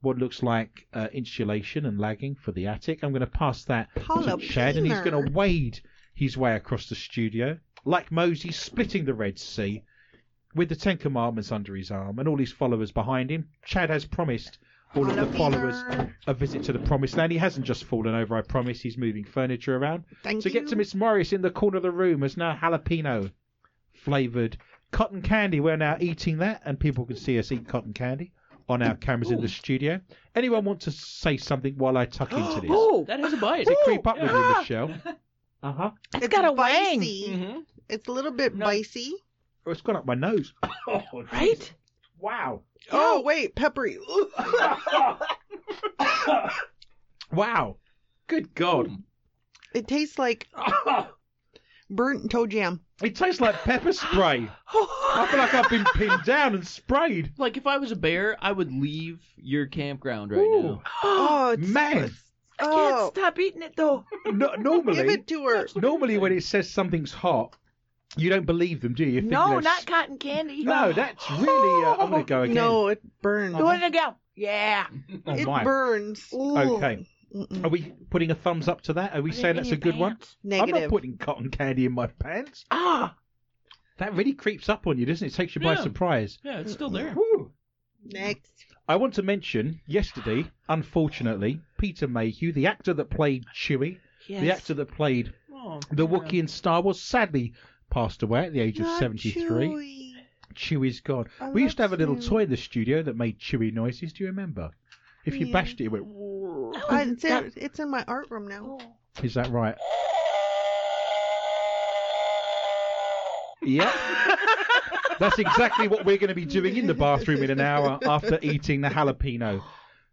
what looks like uh, insulation and lagging for the attic. I'm going to pass that to Chad, and he's going to Jalapeno. wade his way across the studio like Moses, splitting the Red Sea with the Ten Commandments under his arm and all his followers behind him. Chad has promised all of the followers a visit to the Promised Land. He hasn't just fallen over. I promise. He's moving furniture around. Thank To you. get to Miss Morris in the corner of the room is now jalapeno flavoured cotton candy. We're now eating that, and people can see us eat cotton candy on our cameras in the studio. Anyone want to say something while I tuck into this? oh, That is a bite. to creep up with you, Michelle. Uh huh. it's got a wang, spicy. hmm It's a little bit Mm-hmm. No. bicy. Oh, it's gone up my nose. [laughs] right? Wow. Oh wait, peppery. Ooh. Wow. [laughs] Good God. it [coughs] tastes like burnt toe jam. It tastes like pepper spray. I [gasps] feel like I've been pinned down and sprayed. Like if I was a bear, I would leave your campground right Ooh. now. Oh it's, Man. I can't Oh, stop eating it though. No, normally, give it to her. normally when it says something's hot, you don't believe them, do you? you think No, they're not cotton candy. Oh. No, that's really. Uh, [laughs] I'm going to go again. [laughs] No, it burns. You want to go? Yeah. Oh, It my. burns. Ooh. Okay. Mm-mm. Are we putting a thumbs up to that? Are we Put it saying in that's a your good one? pants. Negative. I'm not putting cotton candy in my pants. Ah, That really creeps up on you, doesn't it? Takes you by Yeah. surprise. Yeah, it's still there. Whew. Next. I want to mention yesterday, unfortunately, Peter Mayhew, the actor that played Chewie, yes. the actor that played Oh, the yeah. Wookiee in Star Wars, sadly passed away at the age of Not 73. chewy. Chewie's gone. I we used to love have a little Chewie. toy in the studio that made Chewie noises. Do you remember? If you Yeah. bashed it, it went. I- Oh, it's, in, it's in my art room now. Is that right? Yeah. [laughs] [laughs] That's exactly what we're going to be doing in the bathroom in an hour after eating the jalapeno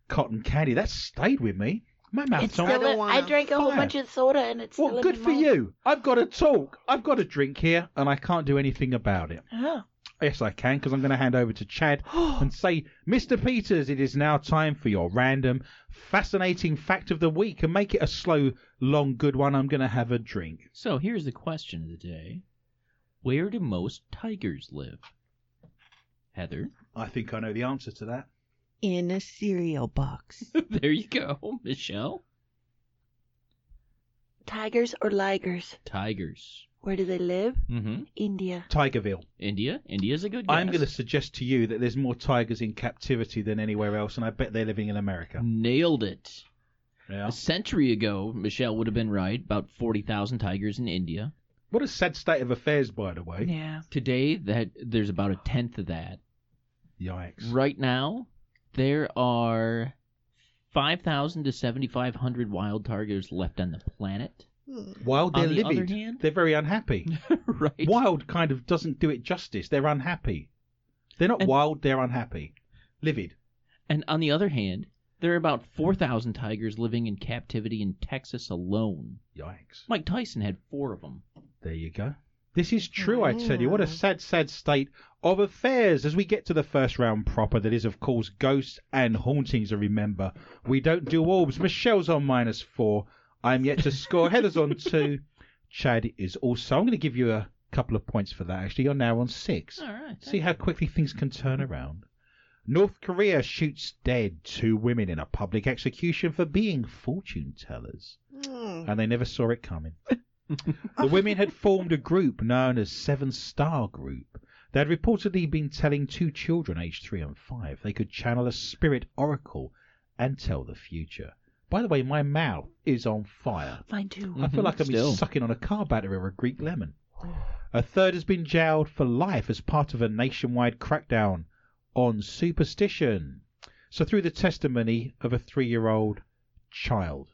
cotton candy. That stayed with me. My It's mouth's on. still don't in- wanna- I drank a whole Oh, Fire. bunch of soda and it's Well, still good in for my mouth. you. I've got to talk. I've got a drink here, and I can't do anything about it. Huh. Yes, I can, because I'm going to hand over [gasps] to Chad and say, Mr. Peters, it is now time for your random, fascinating fact of the week, and make it a slow, long, good one. I'm going to have a drink. So here's the question of the day: Where do most tigers live? [laughs] Heather, I think I know the answer to that. [laughs] In a cereal box. Oh, there you go. Michelle, Tigers or ligers? Tigers. Where do they live? Mm-hmm. India. Tigerville. India. India's a good guess. I'm going to suggest to you that there's more tigers in captivity than anywhere else, and I bet they're living in America. Mm. Nailed it. Yeah. A century ago, Michelle would have been right. About 40,000 tigers in India. What a sad state of affairs, by the way. Yeah. Today, that there's about a tenth of that. Yikes. Right now, there are 5,000 to 7,500 wild tigers left on the [laughs] planet. Hmm. While they're On the other livid, hand- Mm. they're very unhappy. right. wild kind of doesn't do it justice. They're unhappy. They're not And- wild, they're unhappy. Livid. And on the other hand, there are about 4,000 tigers living in captivity in Texas alone. Yikes. Mike Tyson had four of them. There you go. This is true, I tell you. What a Mm. Wow. sad, sad state of affairs as we get to the first round proper. That is, of course, ghosts and hauntings. And remember, we don't do orbs. Michelle's on minus four. I'm yet to score. Heather's [laughs] on two. Chad is also. I'm going to give you a couple of points for that, actually. You're now on six. All right. See how quickly things can turn around. North Korea shoots dead two women in a public execution for being fortune tellers Hmm. and they never saw it coming. the women had formed a group known as Seven Star Group. They had reportedly been telling two children aged three and five they could channel a spirit oracle and tell the future. By the way, my mouth is on fire. Mine too. I feel Mhm, like I'm still. sucking on a car battery or a Greek lemon. A third has been jailed for life as part of a nationwide crackdown on superstition. So, through the testimony of a three year old child,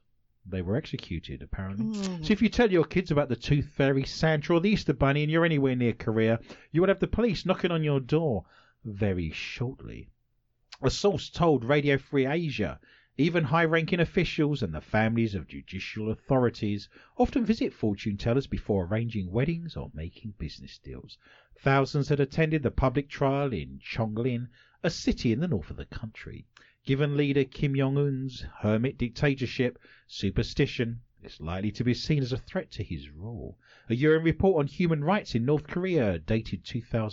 they were executed, apparently. So, if you tell your kids about the Tooth Fairy, Santa, or the Easter Bunny, and you're anywhere near Korea, you will have the police knocking on your door very shortly. A source told Radio Free Asia even high ranking officials and the families of judicial authorities often visit fortune tellers before arranging weddings or making business deals. Thousands had attended the public trial in Chonglin, a city in the north of the country. Given leader Kim Jong un's hermit dictatorship, superstition is likely to be seen as a threat to his rule. A UN report on human rights in North Korea, dated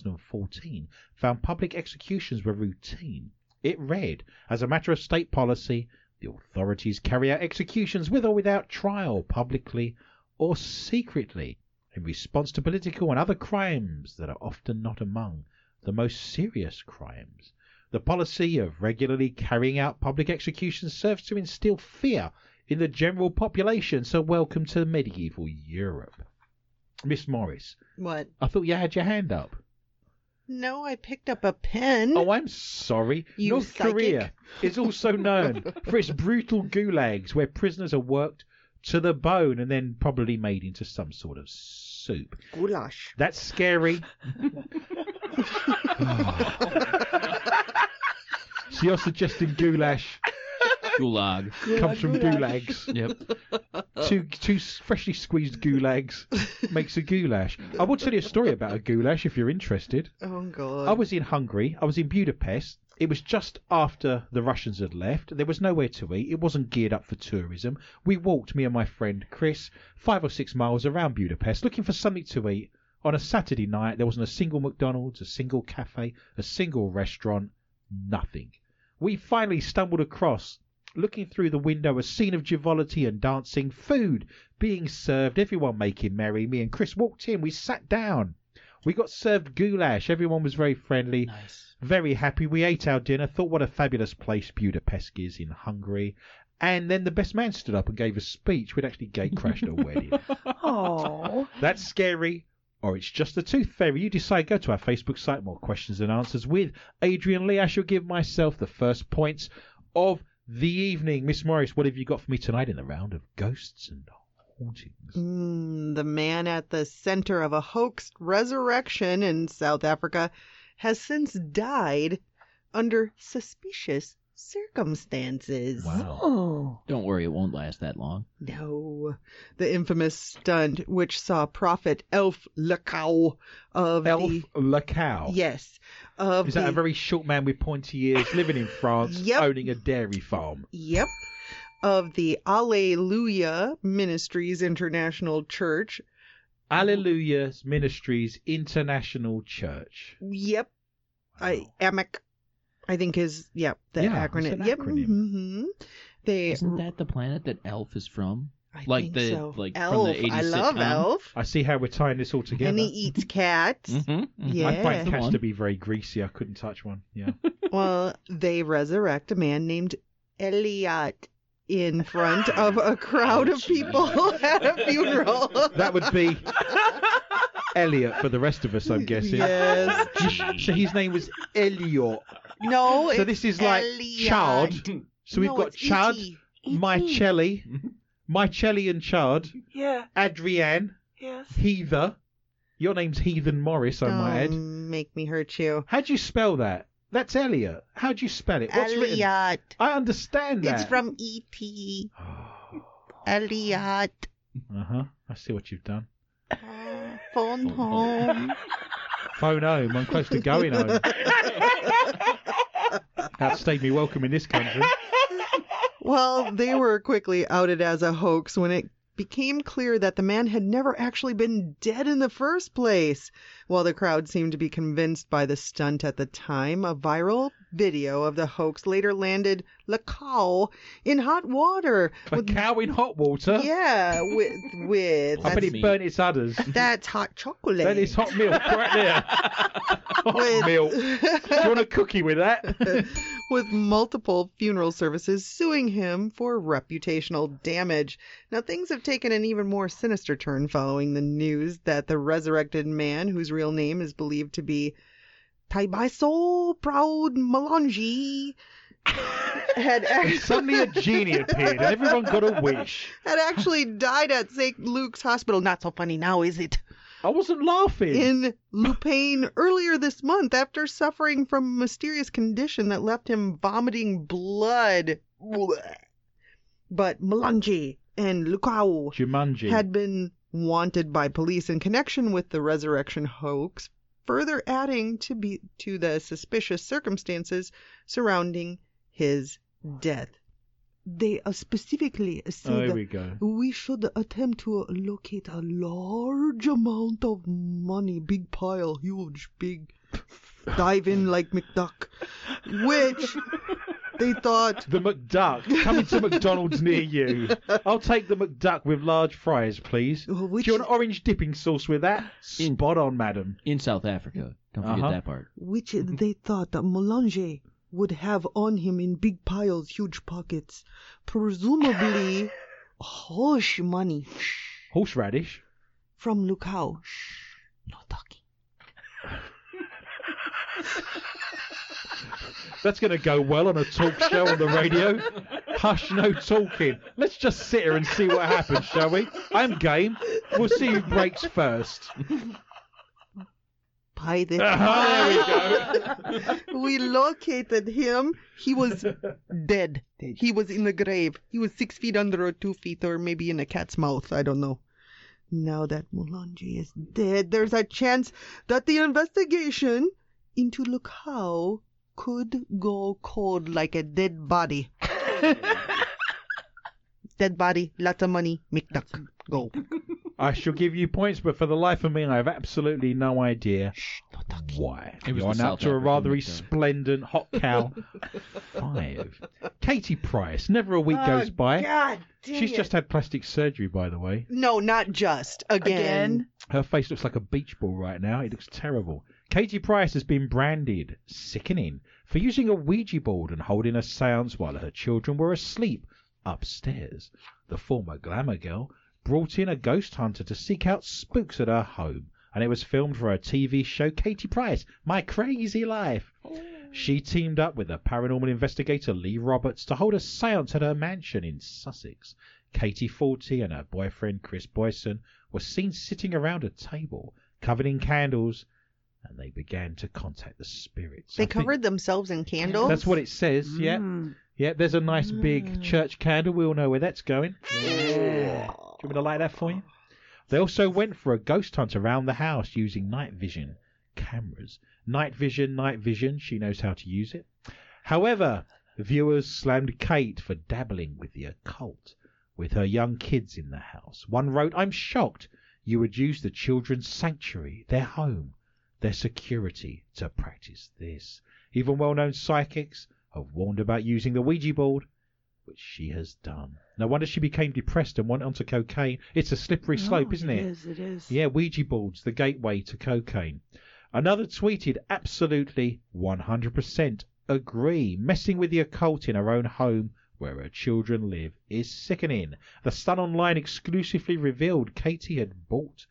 2014, found public executions were routine. It read, as a matter of state policy, the authorities carry out executions with or without trial, publicly or secretly, in response to political and other crimes that are often not among the most serious crimes. The policy of regularly carrying out public executions serves to instill fear in the general population, so welcome to medieval Europe. Miss Morris, What? I thought you had your hand up. No, I picked up a pen. Oh, I'm sorry. Mm. You North psychic. Korea is also [laughs] known for its brutal gulags where prisoners are worked to the bone and then probably made into some sort of soup. goulash. That's [laughs] scary. [sighs] so you're suggesting goulash Gulag. comes from gulags. [laughs] Yep. Two, two freshly squeezed gulags makes a goulash. I will tell you a story about a goulash if you're interested. Oh god. I was in Hungary. I was in Budapest. It was just after the Russians had left. There was nowhere to eat. It wasn't geared up for tourism. We walked, me and my friend Chris, five or six miles around Budapest looking for something to eat. On a Saturday night, there wasn't a single McDonald's, a single cafe, a single restaurant, nothing. We finally stumbled across, looking through the window, a scene of jollity and dancing, food being served, everyone making merry. Me and Chris walked in, we sat down. We got served goulash. Everyone was very friendly, Nice. very happy. We ate our dinner, thought what a fabulous place Budapest is in Hungary. And then the best man stood up and gave a speech. We'd actually gate crashed a wedding. Oh. That's scary, or it's just the tooth fairy. You decide. Go to our Facebook site. More questions and answers with Adrian Lee. I shall give myself the first points of the evening. Miss Morris, what have you got for me tonight in the round of ghosts and hauntings? [laughs] Mm, the man at the center of a hoaxed resurrection in South Africa has since died under suspicious circumstances. Wow. Oh. Don't worry, it won't last that long. No. The infamous stunt which saw prophet Elf Lacau of Elf the Lacow. Yes. Of Is that the, a very short man with pointy ears living in France, [laughs] Yep. owning a dairy farm? Yep. Of the Alleluia Ministries International Church. Alleluia Ministries International Church. Yep. I Wow. AMIC, I think is yep the Oh. Yeah, it's acronym. an yep. acronym. mhm. They Isn't that the planet that Elf is from? I Like think the- so. like Elf. from the 80s I love sitcom. Elf. I see how we're tying this all together. And he [laughs] eats cats. Mm-hmm. Yeah. I That's find the cats one. to be very greasy. I couldn't touch one. Yeah. well, they resurrect a man named Elliot in front of a crowd of people [laughs] at a funeral. [laughs] that would be Elliot for the rest of us, I'm guessing. Yes. So his name was Elliot. [laughs] So No, Oh, it's this is like Elliot. Chard. So we've No, got it's E Chard, E.T. E.T.. Mycelli, Mycelli and Chard, Yeah. Adrienne, [laughs] Yes. Heather. Your name's Heathen Morris, I might add. Don't Make me hurt you. How do you spell that? That's Elliot. How do you spell it? What's written? Elliot. I understand that. It's [sighs] from E.T. uh Elliot. huh. Uh-huh. I see what you've done. Uh, Phone phone home. home. Phone home. I'm close to going home. Outstayed me welcome in this country. [laughs] Well, they were quickly outed as a hoax when it became clear that the man had never actually been dead in the first place. While the crowd seemed to be convinced by the stunt at the time, a viral video of the hoax later landed Lacau in hot water. A cow in hot water. Yeah, with with I bet that's, it burnt its [laughs] udders. that's hot chocolate. That [laughs] is hot milk right there. Hot with, milk. Do you want a cookie with that? [laughs] with multiple funeral services suing him for reputational damage. Now, things have taken an even more sinister turn following the news that the resurrected man, whose real name is believed to be Taibaisol Proud Melange, And had actually. suddenly a genie appeared and everyone got a wish. Had actually died at St. Luke's Hospital. Not so funny now, is it? I wasn't laughing. [laughs] in Lupane earlier this month after suffering from a mysterious condition that left him vomiting blood. Blech. But Melange and Lukau Jumanji. had been wanted by police in connection with the resurrection hoax, further adding to be to the suspicious circumstances surrounding his death. They uh, specifically said oh, here we go. we should attempt to locate a large amount of money, big pile, huge, big, dive in like McDuck, which they thought The McDuck. Coming to McDonald's near [laughs] you. I'll take the McDuck with large fries, please. which Do you want orange dipping sauce with that? In- Spot on, madam. In South Africa. Don't forget Uh-huh. that part. which they thought that Melange would have on him in big piles, huge pockets, presumably hush money Horseradish. from Lukao. Shh, no talking. That's going to go well on a talk show on the radio. Hush, no talking. Let's just sit here and see what happens, shall we? I'm game. We'll see who breaks first. By the Ah, there we go. [laughs] we located him. [laughs] He was dead. He was in the grave. He was six feet under or two feet or maybe in a cat's mouth. I don't know. Now that Mulanji is dead, there's a chance that the investigation into Lukao could go cold like a dead [laughs] body. dead body, lots of money, McDuck, go. I shall give you points, but for the life of me, I have absolutely no idea No talking. why. It was You're the now South to a African rather McDuck. resplendent hot cow. Five. Katie Price. Never a week goes by. God dang She's just had plastic surgery, by the way. No, not just. Again. Again. Her face looks like a beach ball right now. It looks terrible. Katie Price has been branded sickening for using a Ouija board and holding a seance while her children were asleep upstairs. The former glamour girl brought in a ghost hunter to seek out spooks at her home, and it was filmed for her TV show Katie Price, My Crazy Life. She teamed up with the paranormal investigator Lee Roberts to hold a seance at her mansion in Sussex. Katie Forty and her boyfriend Chris Boyson were seen sitting around a table covered in candles, and they began to contact the spirits. They I think- covered themselves in candles. That's what it says. Yeah, Mm. yeah. There's a nice big church candle. We all know where that's going. Do you want me to light that for you? They also went for a ghost hunt around the house using night vision cameras. Night vision, night vision, she knows how to use it. However, viewers slammed Kate for dabbling with the occult with her young kids in the house. One wrote, I'm shocked you would use the children's sanctuary, their home, their security to practice this. Even well known psychics have warned about using the Ouija board, which she has done. No wonder she became depressed and went onto cocaine. It's a slippery slope, No, isn't it? Oh, It is, it is. Yeah, Ouija boards, the gateway to cocaine. Another tweeted, absolutely 100% agree. Messing with the occult in her own home where her children live is sickening. The Sun Online exclusively revealed Katie had bought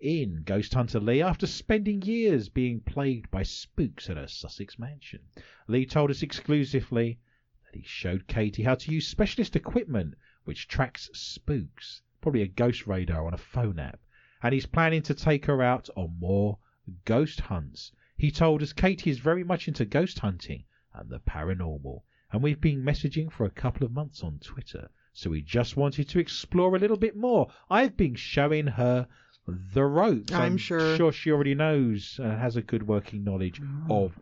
in Ghost Hunter Lee after spending years being plagued by spooks at her Sussex mansion. Lee told us exclusively that he showed Katie how to use specialist equipment which tracks spooks, probably a ghost radar on a phone app and he's planning to take her out on more ghost hunts. He told us Katie is very much into ghost hunting and the paranormal, and we've been messaging for a couple of months on Twitter, so we just wanted to explore a little bit more. I've been showing her the ropes. I'm sure. Ah. sure she already knows and has a good working knowledge of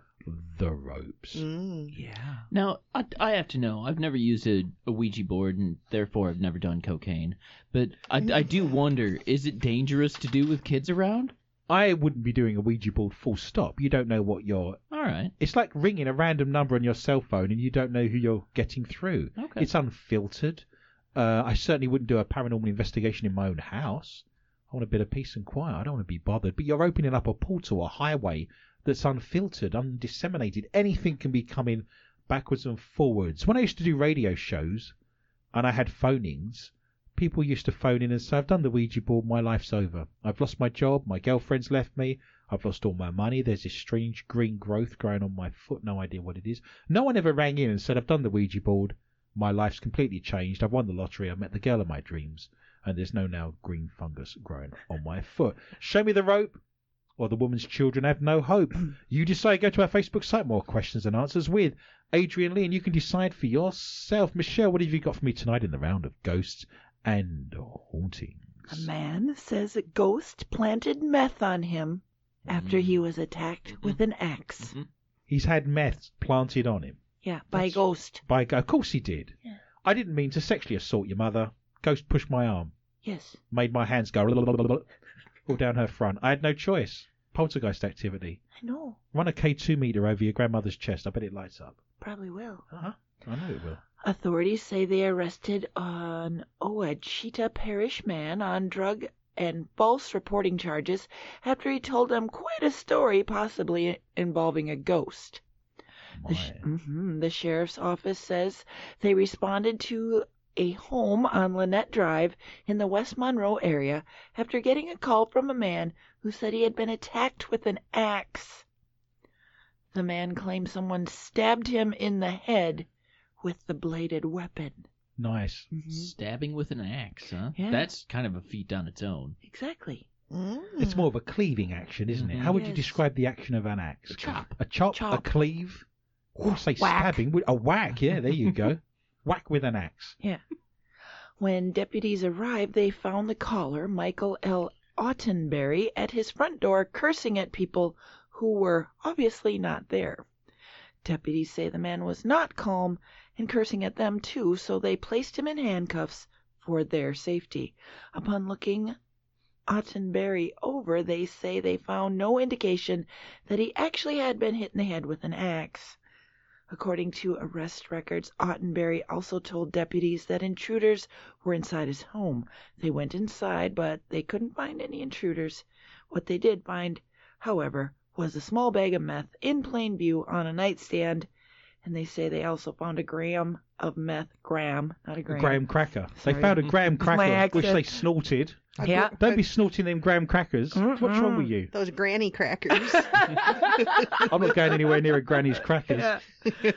the ropes. Mm. Yeah. Now, I, I have to know. I've never used a, a Ouija board, and therefore I've never done cocaine. But I, I do wonder is it dangerous to do with kids around? I wouldn't be doing a Ouija board full stop. You don't know what you're. All right. It's like ringing a random number on your cell phone and you don't know who you're getting through. Okay. It's unfiltered. Uh, I certainly wouldn't do a paranormal investigation in my own house. I want a bit of peace and quiet. I don't want to be bothered. But you're opening up a portal, a highway that's unfiltered, undisseminated. Anything can be coming backwards and forwards. When I used to do radio shows and I had phonings, people used to phone in and say, I've done the Ouija board, my life's over. I've lost my job, my girlfriend's left me, I've lost all my money, there's this strange green growth growing on my foot, no idea what it is. No one ever rang in and said, I've done the Ouija board, my life's completely changed, I've won the lottery, I've met the girl of my dreams, and there's no now green fungus growing on my foot. Show me the rope, or the woman's children have [clears throat] no hope. You decide, go to our Facebook site, more questions and answers with Adrian Lee, and you can decide for yourself. Michelle, what have you got for me tonight in the round of ghosts and A hauntings? man says a ghost planted meth on him after Mm. he was attacked Mm-hmm. with an axe. Mhm. He's had meth planted on him. Yeah, by a That's- ghost. By, of course he did. Yeah. I didn't mean to sexually assault your mother. Ghost pushed my arm, Yes. made my hands go [laughs] all down her front. I had no choice. Poltergeist activity. I know. Run a K2 meter over your grandmother's chest. I bet it lights up. Probably will. Uh huh. I know it will. Authorities say they arrested an Owachita Parish man on drug and false reporting charges after he told them quite a story, possibly involving a ghost. The, sh- My. mhm. the sheriff's office says they responded to a home on Lynette Drive in the West Monroe area after getting a call from a man who said he had been attacked with an axe. The man claimed someone stabbed him in the head with the bladed weapon. Nice. Stabbing with an axe, huh? Yeah. That's kind of a feat on its own. Exactly. It's more of a cleaving action, isn't it? Mhm. How would you Mm. Yes. describe the action of an axe? Mm-hmm. A chop. A chop, a Chop. cleave. Or say Whack. stabbing. A whack, yeah, there [laughs] you go. whack with an axe. When deputies arrived, they found the caller, Michael L. Ottenberry, at his front door cursing at people who were obviously not there. Deputies say the man was not calm and cursing at them too, so they placed him in handcuffs for their safety. Upon looking Ottenberry over, they say they found no indication that he actually had been hit in the head with an axe. According to arrest records, Ottenberry also told deputies that intruders were inside his home. They went inside, but they couldn't find any intruders. What they did find, however, was a small bag of meth in plain view on a nightstand, and they say they also found a gram of meth. Gram, not a A gram. graham cracker. They Sorry. found [laughs] a graham cracker, which accent. they snorted. I Yeah. gr- [laughs] Don't be snorting them graham crackers. What's wrong with you? Those [laughs] granny crackers. I'm not going anywhere near a granny's crackers. Yeah.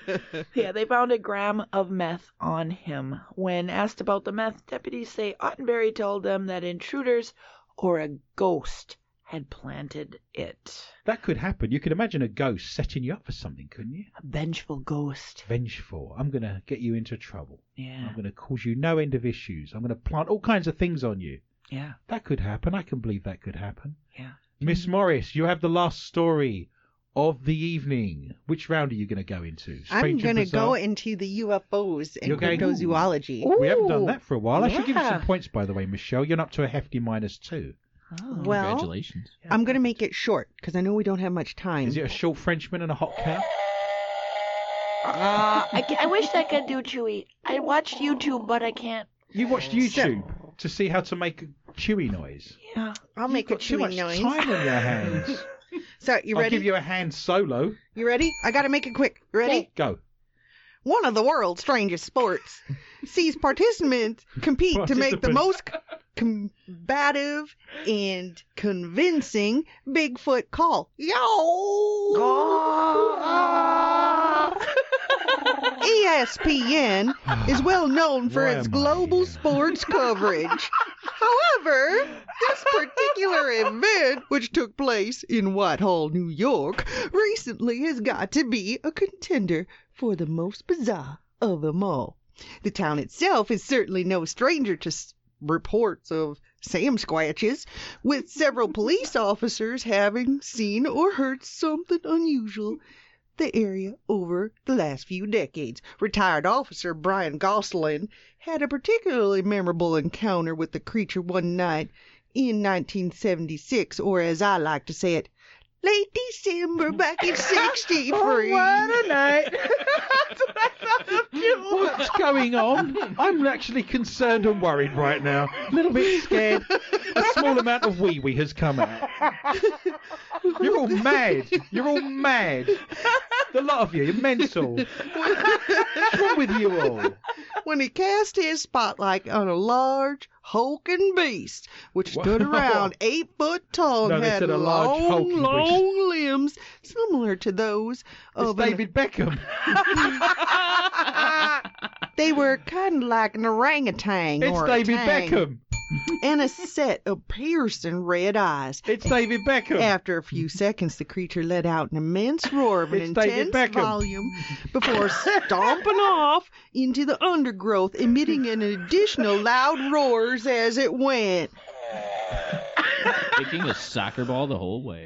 Yeah, they found a gram of meth on him. When asked about the meth, deputies say Ottenberry told them that intruders or a ghost had planted it. That could happen. You could imagine a ghost setting you up for something, couldn't you? A vengeful ghost. Vengeful. I'm going to get you into trouble. I'm Yeah. going to cause you no end of issues. I'm going to plant all kinds of things on you. Yeah. That could happen. I can believe that could happen. Yeah. Miss Morris, you have the last story of the evening. Which round are you going to go into? I'm Strange and gonna go bizarre? into the UFOs and You're going- cryptozoology. We haven't done that for a while. I should give you some yeah. points, by the way, Michelle. You're up to a hefty minus two. Oh. Well- Congratulations. I'm gonna make it short because I know we don't have much time. Is it a short Frenchman and a hot cow? I, ca- I wish I could do Chewy. I watched YouTube, but I can't. You watched YouTube to see how to make a chewy noise. Yeah. I'll make a You've got too chewy much noise. time on [laughs] your hands. So you I'll ready? give you a hand solo. You ready? I gotta make it quick. You ready? Okay. Go. One of the world's [laughs] strangest sports sees participants compete to make the most Participants. combative and convincing Bigfoot call. [laughs] Yo! E ESPN is well known for Why its am I global here? sports coverage. However, this particular event, which took place in Whitehall, New York, recently has got to be a contender for the most bizarre of them all. The town itself is certainly no stranger to s- reports of Sam Squatches, with several police officers having seen or heard something unusual the area over the last few decades. Retired officer Brian Gosselin had a particularly memorable encounter with the creature one night in 1976, or as I like to say it, late December back in 63. Oh, a night. That's what I thought of too. What's going on? I'm actually concerned and worried right now. A little bit scared. A small amount of wee wee has come out. You're all mad. You're all mad. The lot of you, you're mental. What's wrong with you all? when he cast his spotlight on a large hulking beast, which Wha- stood [laughs] around eight foot tall No, and they had said a large long, hulking beast. long limbs similar to those It's of an- David Beckham. they were kind of like an orangutan It's or a David tang, Beckham. and a set of piercing red eyes. It's David Beckham. After a few seconds, the creature let out an immense roar of [laughs] an It's David intense Beckham. [laughs] volume before stomping off into the undergrowth, emitting an additional loud roars as it went. Kicking a soccer ball the whole way.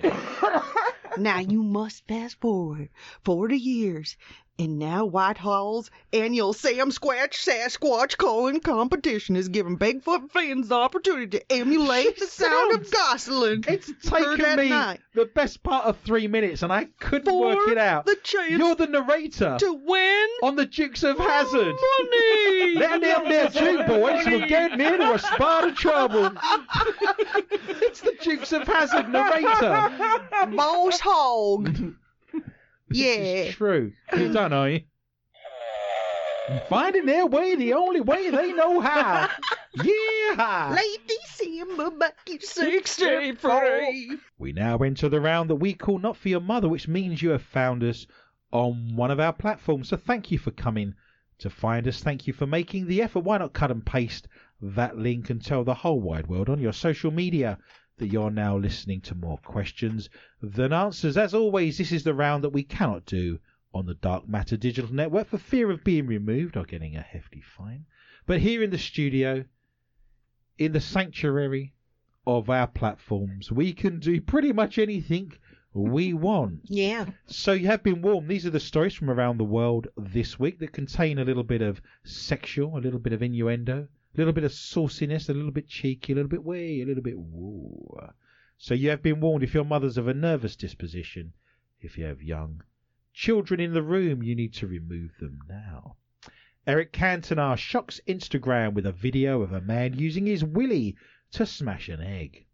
Now you must fast forward 40 years, and now Whitehall's annual Sam Squatch Sasquatch calling competition is giving Bigfoot fans the opportunity to emulate the sound of Gosling. It's Heard taken that me night. the best part of three minutes and I couldn't For work it out. the chance You're the narrator to win on the Dukes of Hazard. money. [laughs] Let them there two boys will get me into a spot of [laughs] trouble. it's the Dukes of Hazard narrator. [laughs] Boss Hog. Yeah. It's true. You don't know you. Finding their way the only way they know how. [laughs] Yeah. Late December back in 63. We now enter the round that we call Not For Your Mother, which means you have found us on one of our platforms. So thank you for coming to find us. Thank you for making the effort. Why not cut and paste that link and tell the whole wide world on your social media that you're now listening to more questions than answers. As always, this is the round that we cannot do on the Dark Matter Digital Network for fear of being removed or getting a hefty fine. But here in the studio, in the sanctuary of our platforms, we can do pretty much anything we want. Yeah. So you have been warned. These are the stories from around the world this week that contain a little bit of sexual, a little bit of innuendo, a little bit of sauciness, a little bit cheeky, a little bit way, a little bit woo. So you have been warned. If your mother's of a nervous disposition, if you have young children in the room, you need to remove them now. Eric Cantona shocks Instagram with a video of a man using his willy to smash an egg.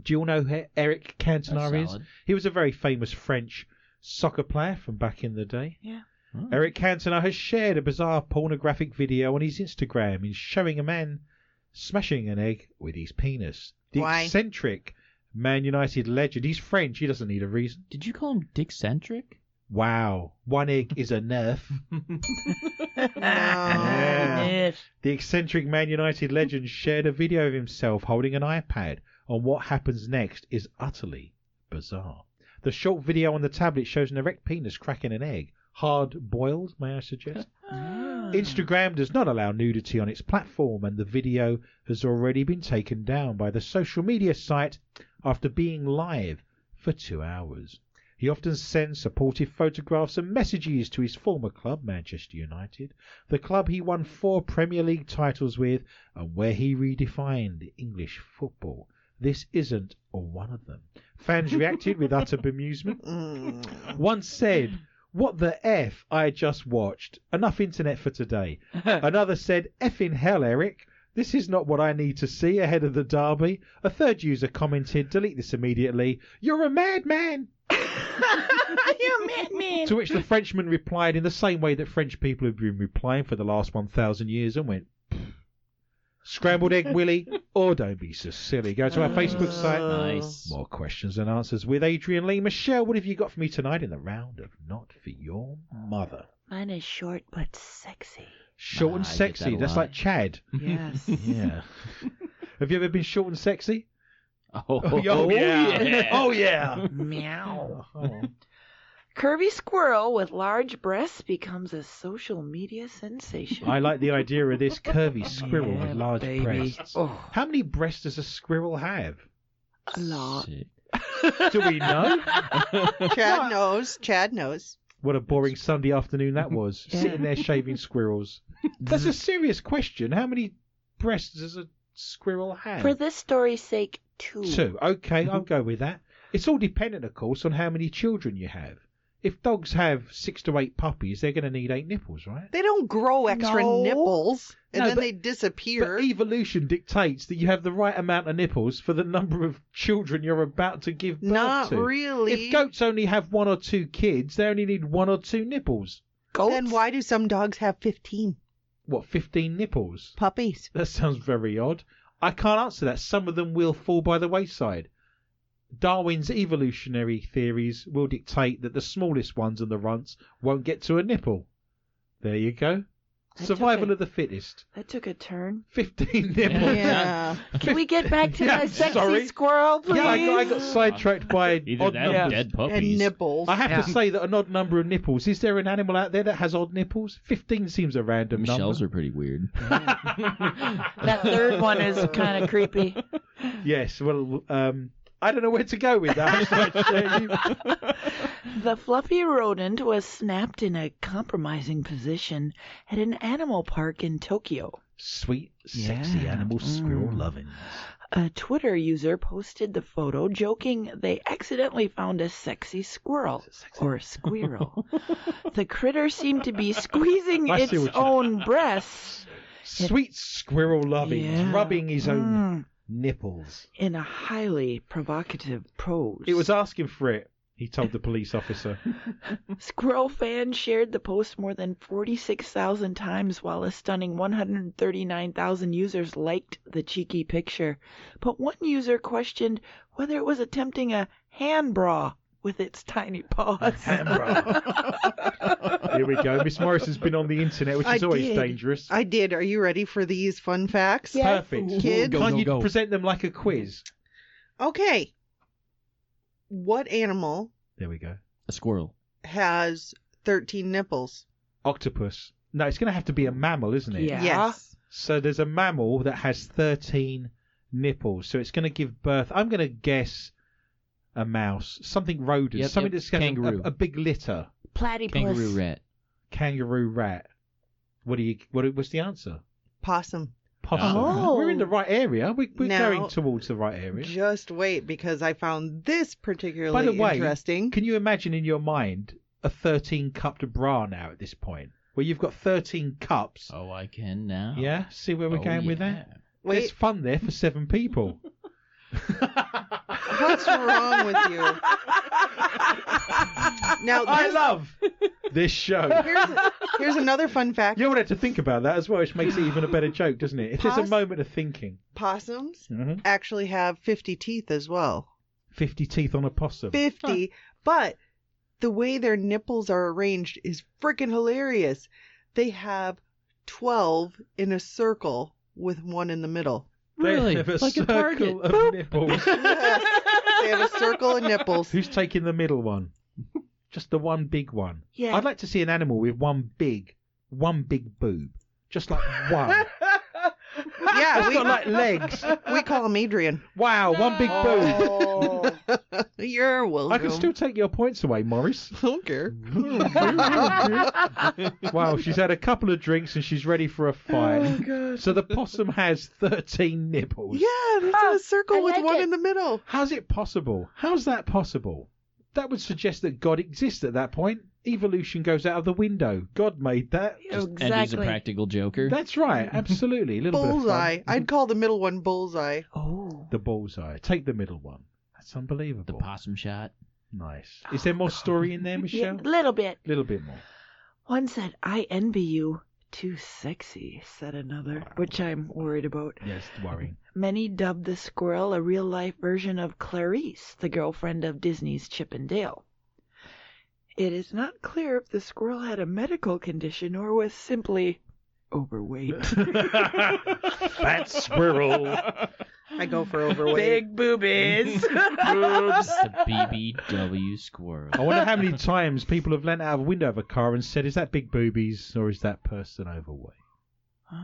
Do you all know who Eric Cantona That's is? solid. He was a very famous French soccer player from back in the day. Yeah. Oh. Eric Cantona has shared a bizarre pornographic video on his Instagram in showing a man smashing an egg with his penis. The Why? eccentric Man United legend. He's French. He doesn't need a reason. Did you call him Dick Centric? Wow. One egg is a nerf. Yeah. Yes. The eccentric Man United legend shared a video of himself holding an iPad on what happens next is utterly bizarre. The short video on the tablet shows an erect penis cracking an egg, hard boiled, may I suggest? Instagram does not allow nudity on its platform, and the video has already been taken down by the social media site after being live for two hours. He often sends supportive photographs and messages to his former club, Manchester United, the club he won four Premier League titles with and where he redefined English football. This isn't one of them. Fans reacted with utter bemusement. Mm. One said, What the F I just watched. Enough internet for today. Another said, F in hell, Eric. This is not what I need to see ahead of the derby. A third user commented, delete this immediately. You're a madman! [laughs] you madman. To which the Frenchman replied in the same way that French people have been replying for the last 1,000 years and went, "Pfft. Scrambled egg, Willie, or don't be so silly. Go to our Facebook site. nice. More questions and answers with Adrian Lee. Michelle, what have you got for me tonight in the round of Not For Your Mother? Mine is short but sexy. Short and Ah, I get sexy. that a That's lot. like Chad. [laughs] Yes. Yeah. [laughs] have you ever been short and sexy? [laughs] Oh, Oh, yeah. Meow. Oh. Curvy squirrel with large breasts becomes a social media sensation. [laughs] I like the idea of this curvy squirrel Yeah, with large baby. breasts. Oh, How many breasts does a squirrel have? a [laughs] Uh, lot. Sick. Do we know? Chad knows. Chad knows. What a boring Sunday afternoon [laughs] that was. Sitting there shaving squirrels. That's a serious question. How many breasts does a squirrel [laughs] have? For this story's sake, two. Two. Okay, I'll Mm-hmm. go with that. It's all dependent, of course, on how many children you have. If dogs have six to eight puppies, they're going to need eight nipples, right? They don't grow extra No. nipples and No, then but- they disappear. But evolution dictates that you have the right amount of nipples for the number of [laughs] children you're about to give birth Not to. really. If goats only have one or two kids, they only need one or two nipples. Goats? Then why do some dogs have 15 What, 15 nipples? puppies? That sounds very odd. I can't answer that. Some of them will fall by the wayside. Darwin's evolutionary theories will dictate that the smallest ones and the runts won't get to a nipple. There you go. That's Survival okay. of the fittest. That took a turn. 15 nipples. Yeah. Can we get back to [laughs] Yeah, that sexy sorry. squirrel, please? Yeah, I, got, I got sidetracked by Either odd that or numbers. dead and puppies. nipples. I have Yeah. to say that an odd number of nipples. Is there an animal out there that has odd nipples? 15 seems a random Michelle's number. are pretty weird. That third one is kind of creepy. [laughs] Yes, well, um, I don't know where to go with that. I'm sorry, Shirley. [laughs] The fluffy rodent was snapped in a compromising position at an animal park in Tokyo. Sweet, sexy Yeah. animal squirrel Mm. loving. A Twitter user posted the photo joking they accidentally found a sexy squirrel or [laughs] squirrel. the critter seemed to be squeezing I see its what you- own breasts. Sweet squirrel loving, Yeah. rubbing his own Mm, nipples. in a highly provocative pose. It was asking for it, he told the police [laughs] officer. Squirrel fan shared the post more than 46,000 times while a stunning 139,000 users liked the cheeky picture. But one user questioned whether it was attempting a hand bra with its tiny paws. [laughs] Here we go. Miss Morris has been on the internet, which I is always did. dangerous. I did. Are you ready for these fun facts? Perfect. Kid. Go, Can't go, you go. present them like a quiz? Okay. What animal There we go. A squirrel. has 13 nipples? Octopus. No, it's going to have to be a mammal, isn't it? Yeah. Yes. So there's a mammal that has 13 nipples. So it's going to give birth. I'm going to guess a mouse, something rodent, Yep, something yep, that's going to kangaroo. a, a big litter, Platypus. Kangaroo rat. kangaroo, rat. What do you? What, what's the answer? Possum. Possum. Oh. We're in the right area. We, we're Now- going towards the right area. Just wait because I found this particularly By the way, interesting. Can you imagine in your mind a 13 cupped bra now at this point, where you've got 13 cups? Oh, I can now. Yeah. See where we're Oh, going with that. yeah. There's Wait, fun there for seven people. [laughs] what's wrong with [laughs] you? Now, I this- love this show. here's, here's another fun fact. You all had to think about that as well, which makes it even a better joke, doesn't it? If there's a Poss- moment of thinking. Possums Mm-hmm. actually have 50 teeth as well. 50 teeth on a possum. 50 but the way their nipples are arranged is freaking hilarious they have 12 in a circle with one in [laughs] the middle They Really? have a Like a circle target. of nipples. they have a circle [laughs] of nipples Who's taking the middle one? Just the one big one. Yeah. I'd like to see an animal with one big, one big boob. Just like one. [laughs] yeah It's got we, like legs. we call him adrian Wow, one big boob. Oh. you're welcome I can still take your points away, [laughs] Morris. I don't care [laughs] wow, she's had a couple of drinks and she's ready for a fight. so the possum has 13 nipples. Oh, yeah it's in a circle Ah, I with like one it. in the middle How's it possible? How's that possible? That would suggest that God exists at that point. evolution goes out of the window. God made that. And he's a practical joker. That's right, absolutely. A little bit of fun. Bullseye. I'd call the middle one bullseye. Oh. The bullseye. Take the middle one. That's unbelievable. the possum shot. Nice. Is there more [laughs] story in there, Yeah, Michelle? A little bit. little bit more. One said, I envy you. Too sexy, said another, which I'm worried about. Yes, [laughs] worrying. Many dubbed the squirrel a real life version of Clarice, the girlfriend of Disney's Chip and Dale. It is not clear if the squirrel had a medical condition or was simply overweight. [laughs] Fat squirrel. I go [laughs] for overweight. Big [laughs] boobies. [laughs] The BBW squirrel. I wonder how many times people have leant out of a window of a car and said, "Is that big boobies or is that person overweight?" Oh,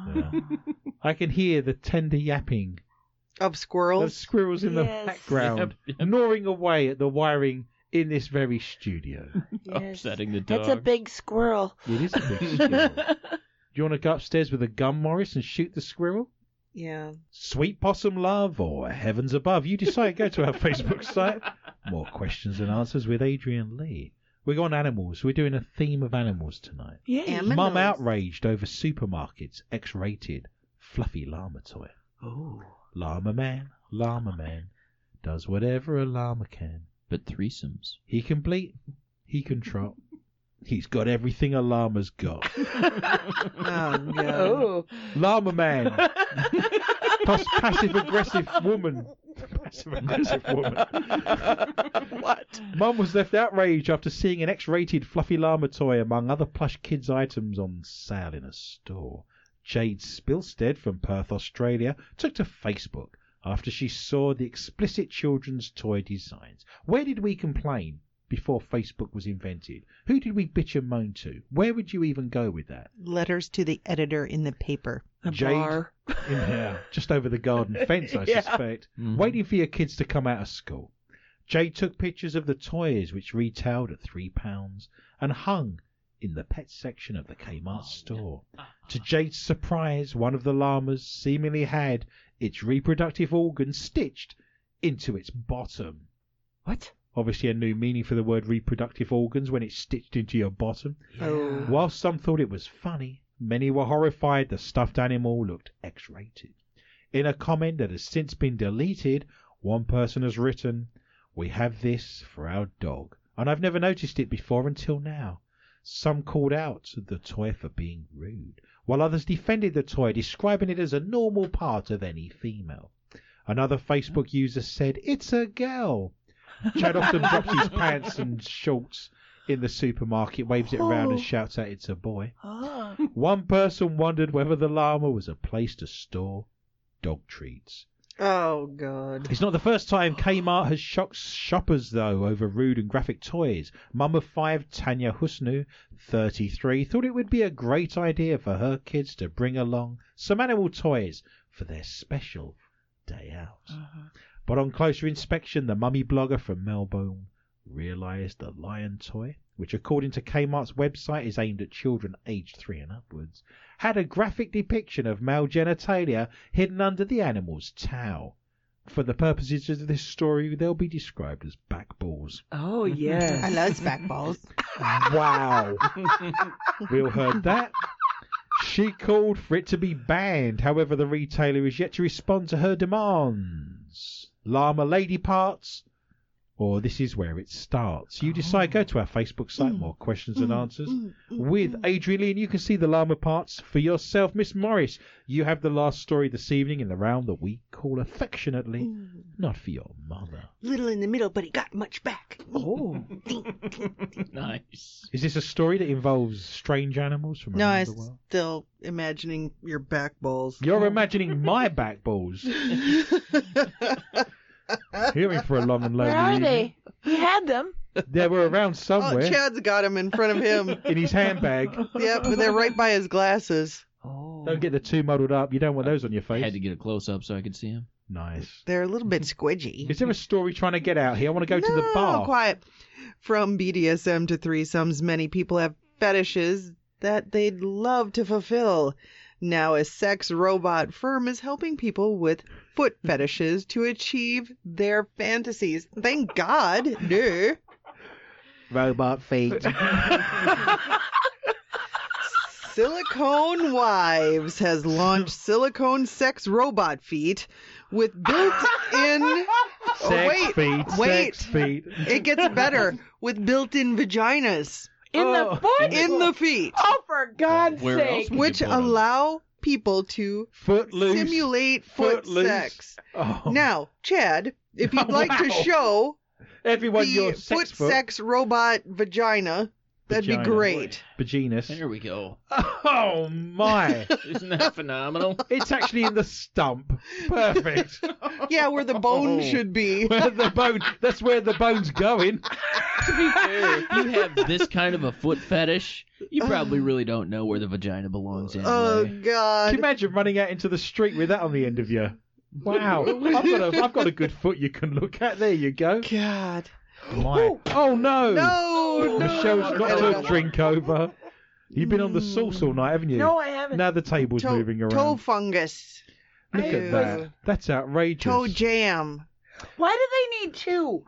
I can hear the tender yapping Of of squirrels. squirrels in the Yes. background, Yep, gnawing away at the wiring in this very studio. Yes. Upsetting the dog. That's a big squirrel. It is a big squirrel. Do you want to go upstairs with a gun, Morris, and shoot the squirrel? [laughs] Yeah. Sweet Possum Love or Heavens Above, you decide. Go to our Facebook site. More questions and answers with Adrian Lee. We're on animals. We're doing a theme of animals tonight. Yeah. Aminos. Mum outraged over supermarkets, X rated, fluffy llama toy. Oh. Llama man, llama man, does whatever a llama can. But threesomes. He can bleat, he can trot. He's got everything a llama's got. Oh, yeah. Oh. Llama man. Plus passive aggressive woman. Passive aggressive woman. what? Mum was left outraged after seeing an X rated fluffy llama toy among other plush kids' items on sale in a store. Jade Spilstead from Perth, Australia, took to Facebook after she saw the explicit children's toy designs. Where did we complain before Facebook was invented? Who did we bitch and moan to? Where would you even go with that? Letters to the editor in the paper. A Jade. bar. In there, just over the garden fence, I Yeah. suspect, Mhm. waiting for your kids to come out of school. Jay took pictures of the toys, which retailed at three pounds, and hung in the pet section of the Kmart store. To Jade's surprise, one of the llamas seemingly had its reproductive organ stitched into its bottom. What? Obviously, a new meaning for the word reproductive organs when it's stitched into your bottom. Oh. Whilst some thought it was funny, many were horrified the stuffed animal looked X rated. In a comment that has since been deleted, one person has written, We have this for our dog, and I've never noticed it before until now. Some called out the toy for being rude, while others defended the toy, describing it as a normal part of any female. Another Facebook user said, It's a girl. Chad often drops his pants and shorts in the supermarket, waves it around and Oh. shouts out, It's a boy. Ah. One person wondered whether the llama was a place to store dog treats. Oh, God. It's not the first time Kmart has shocked shoppers, though, over rude and graphic toys. Mum of five, Tanya Husnu, 33, thought it would be a great idea for her kids to bring along some animal toys for their special day out. But on closer inspection, the mummy blogger from Melbourne realised the lion toy, which according to Kmart's website is aimed at children aged three and upwards, had a graphic depiction of male genitalia hidden under the animal's towel. For the purposes of this story, they'll be described as backballs. [laughs] Oh, [laughs] yes. I love back balls. Wow. [laughs] we all heard that. She called for it to be banned. However, the retailer is yet to respond to her demands. Llama lady parts, or this is where it starts. You decide. Go to our Facebook site. More questions and answers [laughs] with Adrian Lee, and you can see the llama parts for yourself. Miss Morris, you have the last story this evening in the round that we call affectionately not for your mother. Little in the middle, but he got much back. Oh. [laughs] nice. Is this a story that involves strange animals from No, around I'm the world? still imagining your back balls. You're imagining my back balls. Hearing for a long and lonely Where are evening. they? He had them. They were around [laughs] Oh, somewhere Chad's got him in front of [laughs] him. in his handbag. yep, but they're right by his glasses. Oh. Don't get the two muddled up. You don't want those on your I face. had to get a close up so I could see him. Nice. They're a little bit squidgy. Is there a story trying to get out here? I want to go no, to the bar. quiet. From BDSM to threesomes, many people have fetishes that they'd love to fulfill. Now, a sex robot firm is helping people with foot fetishes to achieve their fantasies. Thank God. No. Robot [laughs] feet. Silicone Wives has launched silicone sex robot feet with built-in. Oh, Sex wait, feet. wait. Sex feet. it gets better with built-in vaginas in Oh, the foot. in the feet, oh, for God's Where sake! else? which Good lord. allow people to Footloose. simulate foot Footloose. sex. Oh. Now, Chad, [laughs] if you'd like to Wow. show everyone, the your foot sex foot. sex robot vagina, that'd be Vagina. great. Vaginus. There we go. Oh [laughs] my! Isn't that phenomenal? it's actually in the stump. Perfect. Yeah, where the bone Oh. [laughs] should be. where the bone? That's where the bone's going. to be fair, if you have [laughs] this kind of a foot fetish, you [sighs] probably really don't know where the vagina belongs anyway. Oh Can God. you imagine running out into the street with that on the end of you? Wow, I've got a, I've got a good foot you can look at. There you go. God. My. Oh no! No, no. Michelle's got no, her no. drink over. You've been on the sauce all night, haven't you? no, I haven't. Now the table's Toe- moving around. Toe fungus. Look Ew. at that. That's outrageous. Toe jam. Why do they need two?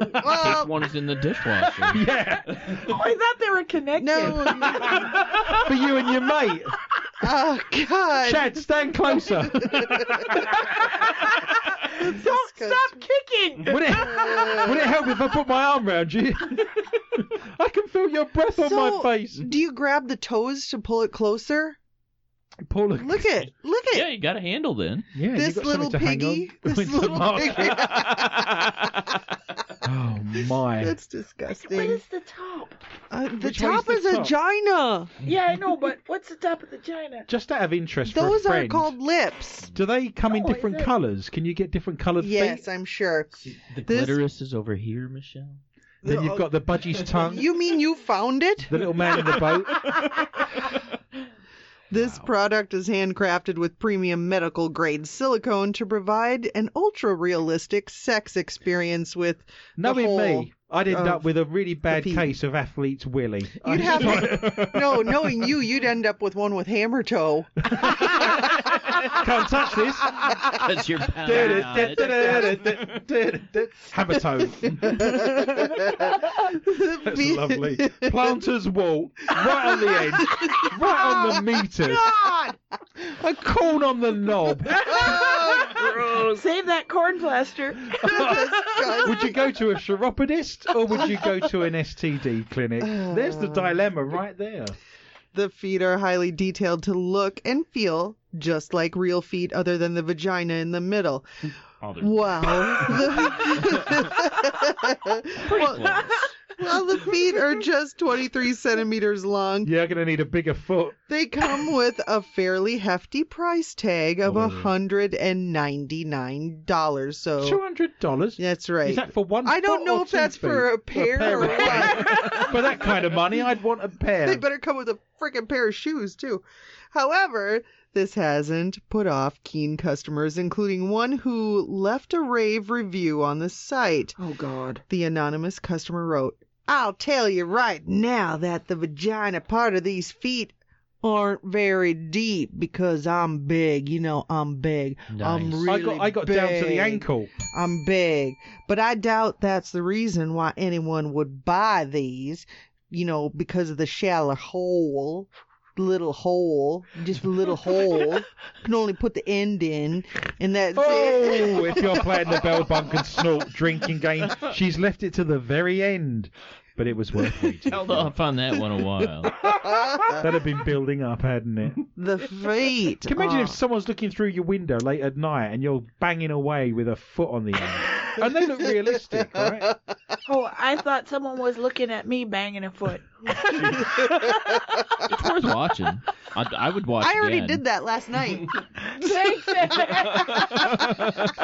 This Well, one is in the [laughs] dishwasher. [laughs] yeah, Oh, I thought they were connected. [laughs] no. no. for you and your mate. [laughs] Oh God. Chad, stand closer. Don't stop kicking. [laughs] Would it, would it help if I put my arm round you? I can feel your breath on So- my face. Do you grab the toes to pull it closer? Paula, Look it. Look it. yeah, you got a handle then. yeah, you this got little something to hang on [laughs] piggy. This with the little market. piggy. [laughs] Oh my! That's What disgusting. is the top? Uh, the Which way top is is the a top? gina. Yeah, I know, but what's the top of the vagina? [laughs] Just out of interest, for a Those are friend, called lips. Do they come in No, is different it- colours? Can you get different coloured Yes, feet? I'm sure. The This- clitoris is over here, Michelle. [laughs] Then you've got the [laughs] budgie's tongue, You mean you found it? the little man in the [laughs] boat. This product is handcrafted with premium medical grade silicone to provide an ultra realistic sex experience with Knowing whole me, I'd end of up with a really bad feet. case of athlete's willy. Oh. You'd have [laughs] no knowing you you'd end up with one with hammer toe. [laughs] [laughs] Can't touch this. That's your [laughs] pound. Hammer toe. That's lovely. Planter's wall, right on the end, right on the meter. A corn on the knob. Oh, Save that corn plaster. [laughs] Would you go to a chiropodist or would you go to an STD clinic? There's the dilemma right there. The feet are highly detailed to look and feel just like real feet, other than the vagina in the middle. [laughs] Wow. The- well, [laughs] well, the feet are just 23 centimeters long. You're going to need a bigger foot. They come with a fairly hefty price tag of Oh. $199. So $200? that's Oh. right. Is that for one I don't foot know or if two that's feet? for a pair, or of- what. for that kind of money, I'd want a [laughs] they pair. better come with a freaking pair of shoes too. However, this hasn't put off keen customers, including one who left a rave review on the site. Oh God. The anonymous customer wrote, I'll tell you right now that the vagina part of these feet aren't very deep because I'm big. You know, I'm big. I'm Nice. really I got, I got down to big. the ankle. I'm big, but I doubt that's the reason why anyone would buy these, you know, because of the shallow hole, little hole, just a little hole. Can only put the end in, and that's it. [laughs] Oh, if you're playing the bell bunk and snort drinking game, she's left it to the very end. But it was worth waiting. Held off on that one a while. That had been building up, hadn't [laughs] it? the feet. Can you imagine are- if someone's looking through your window late at night and you're banging away with a foot on the end? And they look realistic, Uh. [laughs] right? Oh, I thought someone was looking at me banging a foot. [laughs] It's worth watching. I, I would watch. I already again. did that [laughs] last night. Thanks, [laughs]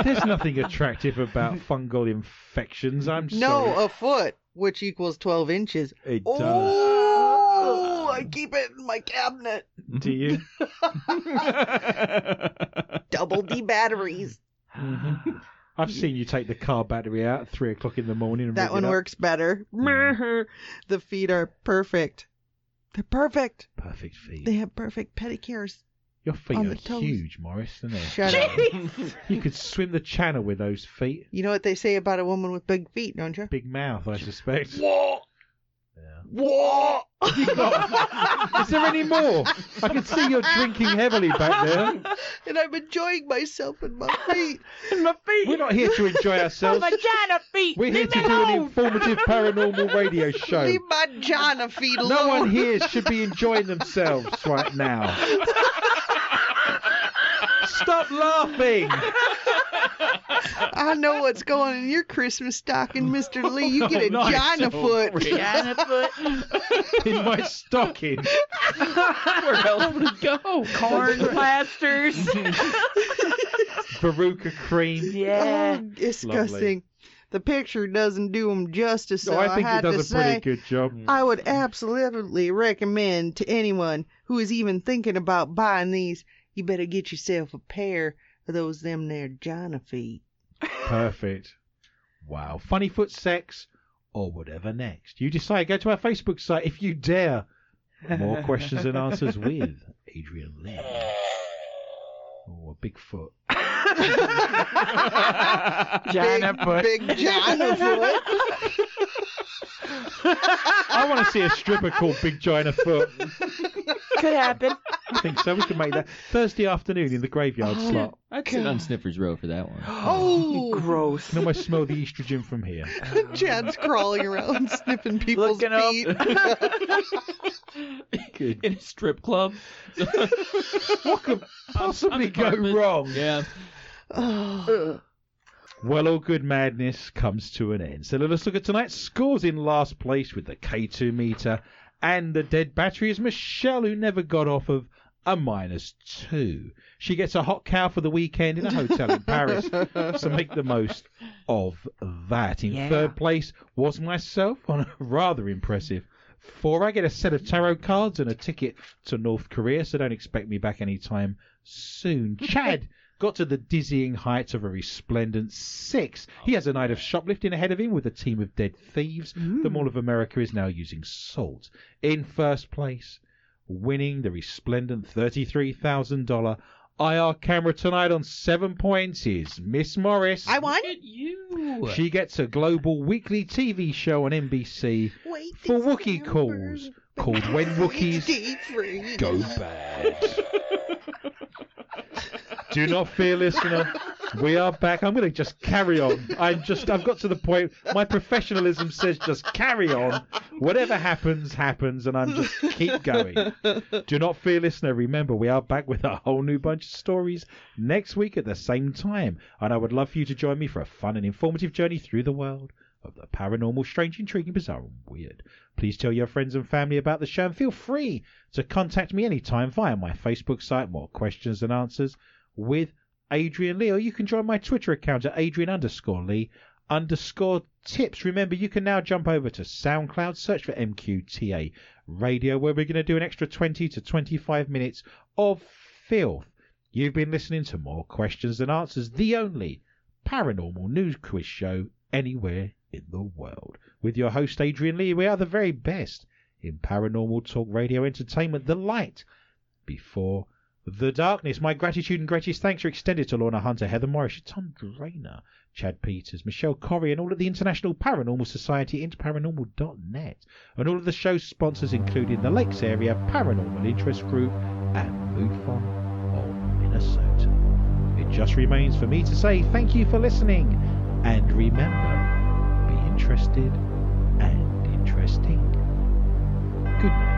There's nothing attractive about fungal infections. I'm no, sorry. a foot, which equals twelve inches. it does. Oh, I keep it in my cabinet. Do [laughs] you? [laughs] Double D batteries. I've seen you take the car battery out at three o'clock in the morning. And That rig one it up. works better. The feet are perfect. They're perfect. Perfect feet. They have perfect pedicures. Your feet On are the toes. huge, Morris, aren't they? Shut up. [laughs] You could swim the channel with those feet. You know what they say about a woman with big feet, don't you? Big mouth, I suspect. What? Yeah. What? Is there any more? I can see you're drinking heavily back there. and I'm enjoying myself [laughs] with my feet. my feet. We're not here to enjoy ourselves. vagina feet. We're here Leave to me do an alone. informative [laughs] paranormal radio show. Leave my Jana feet alone. No one here should be enjoying themselves right now. Stop laughing! I know what's going on in your [laughs] Christmas stocking, Mr. Lee. You get a Nice. Jana Oh, foot. Vagina foot. In my stocking. Where else would [laughs] it go? [laughs] Corn plasters. Veruca cream. yeah. Oh, disgusting. The picture doesn't do him justice, so Oh, I think had it does to a say, pretty good job. I would absolutely recommend to anyone who is even thinking about buying these, you better get yourself a pair of those them there Jana [laughs] feet. Perfect. Wow. Funny foot sex or whatever next. You decide. Go to our Facebook site if you dare. More questions and answers with Adrian Lynn. Oh, a big [laughs] foot. Vagina big, foot. [laughs] big Jana foot. I want to see a stripper called Big China Foot. Could happen. I think so. We can make that Thursday afternoon in the graveyard slot. I'd sit on Sniffer's Row for that one. Oh, I Gross. can almost smell the estrogen from here. [laughs] Chad's crawling around [laughs] sniffing people's Looking up. [laughs] feet. [laughs] [sighs] In a strip club. [laughs] What could possibly go Apartment. wrong? Yeah. Oh, Ugh. Well, all good madness comes to an end. So let us look at tonight's scores in last place with the K2 meter and the dead battery is Michelle, who never got off of a minus two. She gets a hot cow for the weekend in a hotel in Paris. so make the most of that. In Yeah. third place was myself on a rather impressive four. I get a set of tarot cards and a ticket to North Korea, so don't expect me back anytime soon. Chad got to the dizzying heights of a resplendent six. He has a night of shoplifting ahead of him with a team of dead thieves. The Hmm. Mall of America is now using salt. In first place, winning the resplendent $33,000 IR camera tonight on seven points is Miss Morris. I won. Look at you. She gets a global weekly TV show on NBC Wait, for these Wookiee numbers. calls called When Wookiees HD free. [laughs] Go Bad. Do not fear, listener. We are back. I'm going to just carry on. I'm just. I've got to the point. My professionalism says just carry on. Whatever happens, happens, and I'm just keep going. Do not fear, listener. Remember, we are back with a whole new bunch of stories next week at the same time, and I would love for you to join me for a fun and informative journey through the world of the paranormal, strange, intriguing, bizarre, and weird. Please tell your friends and family about the show, and feel free to contact me anytime via my Facebook site. More questions and answers with Adrian Lee, or you can join my Twitter account at Adrian underscore Lee underscore tips. Remember, you can now jump over to SoundCloud, search for MQTA Radio, where we're going to do an extra 20 to 25 minutes of filth. You've been listening to More Questions Than Answers, the only paranormal news quiz show anywhere in the world. With your host, Adrian Lee, we are the very best in paranormal talk radio entertainment, the light before the Darkness. My gratitude and greatest thanks are extended to Lorna Hunter, Heather Morris, Tom Drainer, Chad Peters, Michelle Corrie, and all of the International Paranormal Society, interparanormal.net, and all of the show's sponsors, including the Lakes Area Paranormal Interest Group and MUFON of Minnesota. It just remains for me to say thank you for listening, and remember, be interested and interesting. Good night.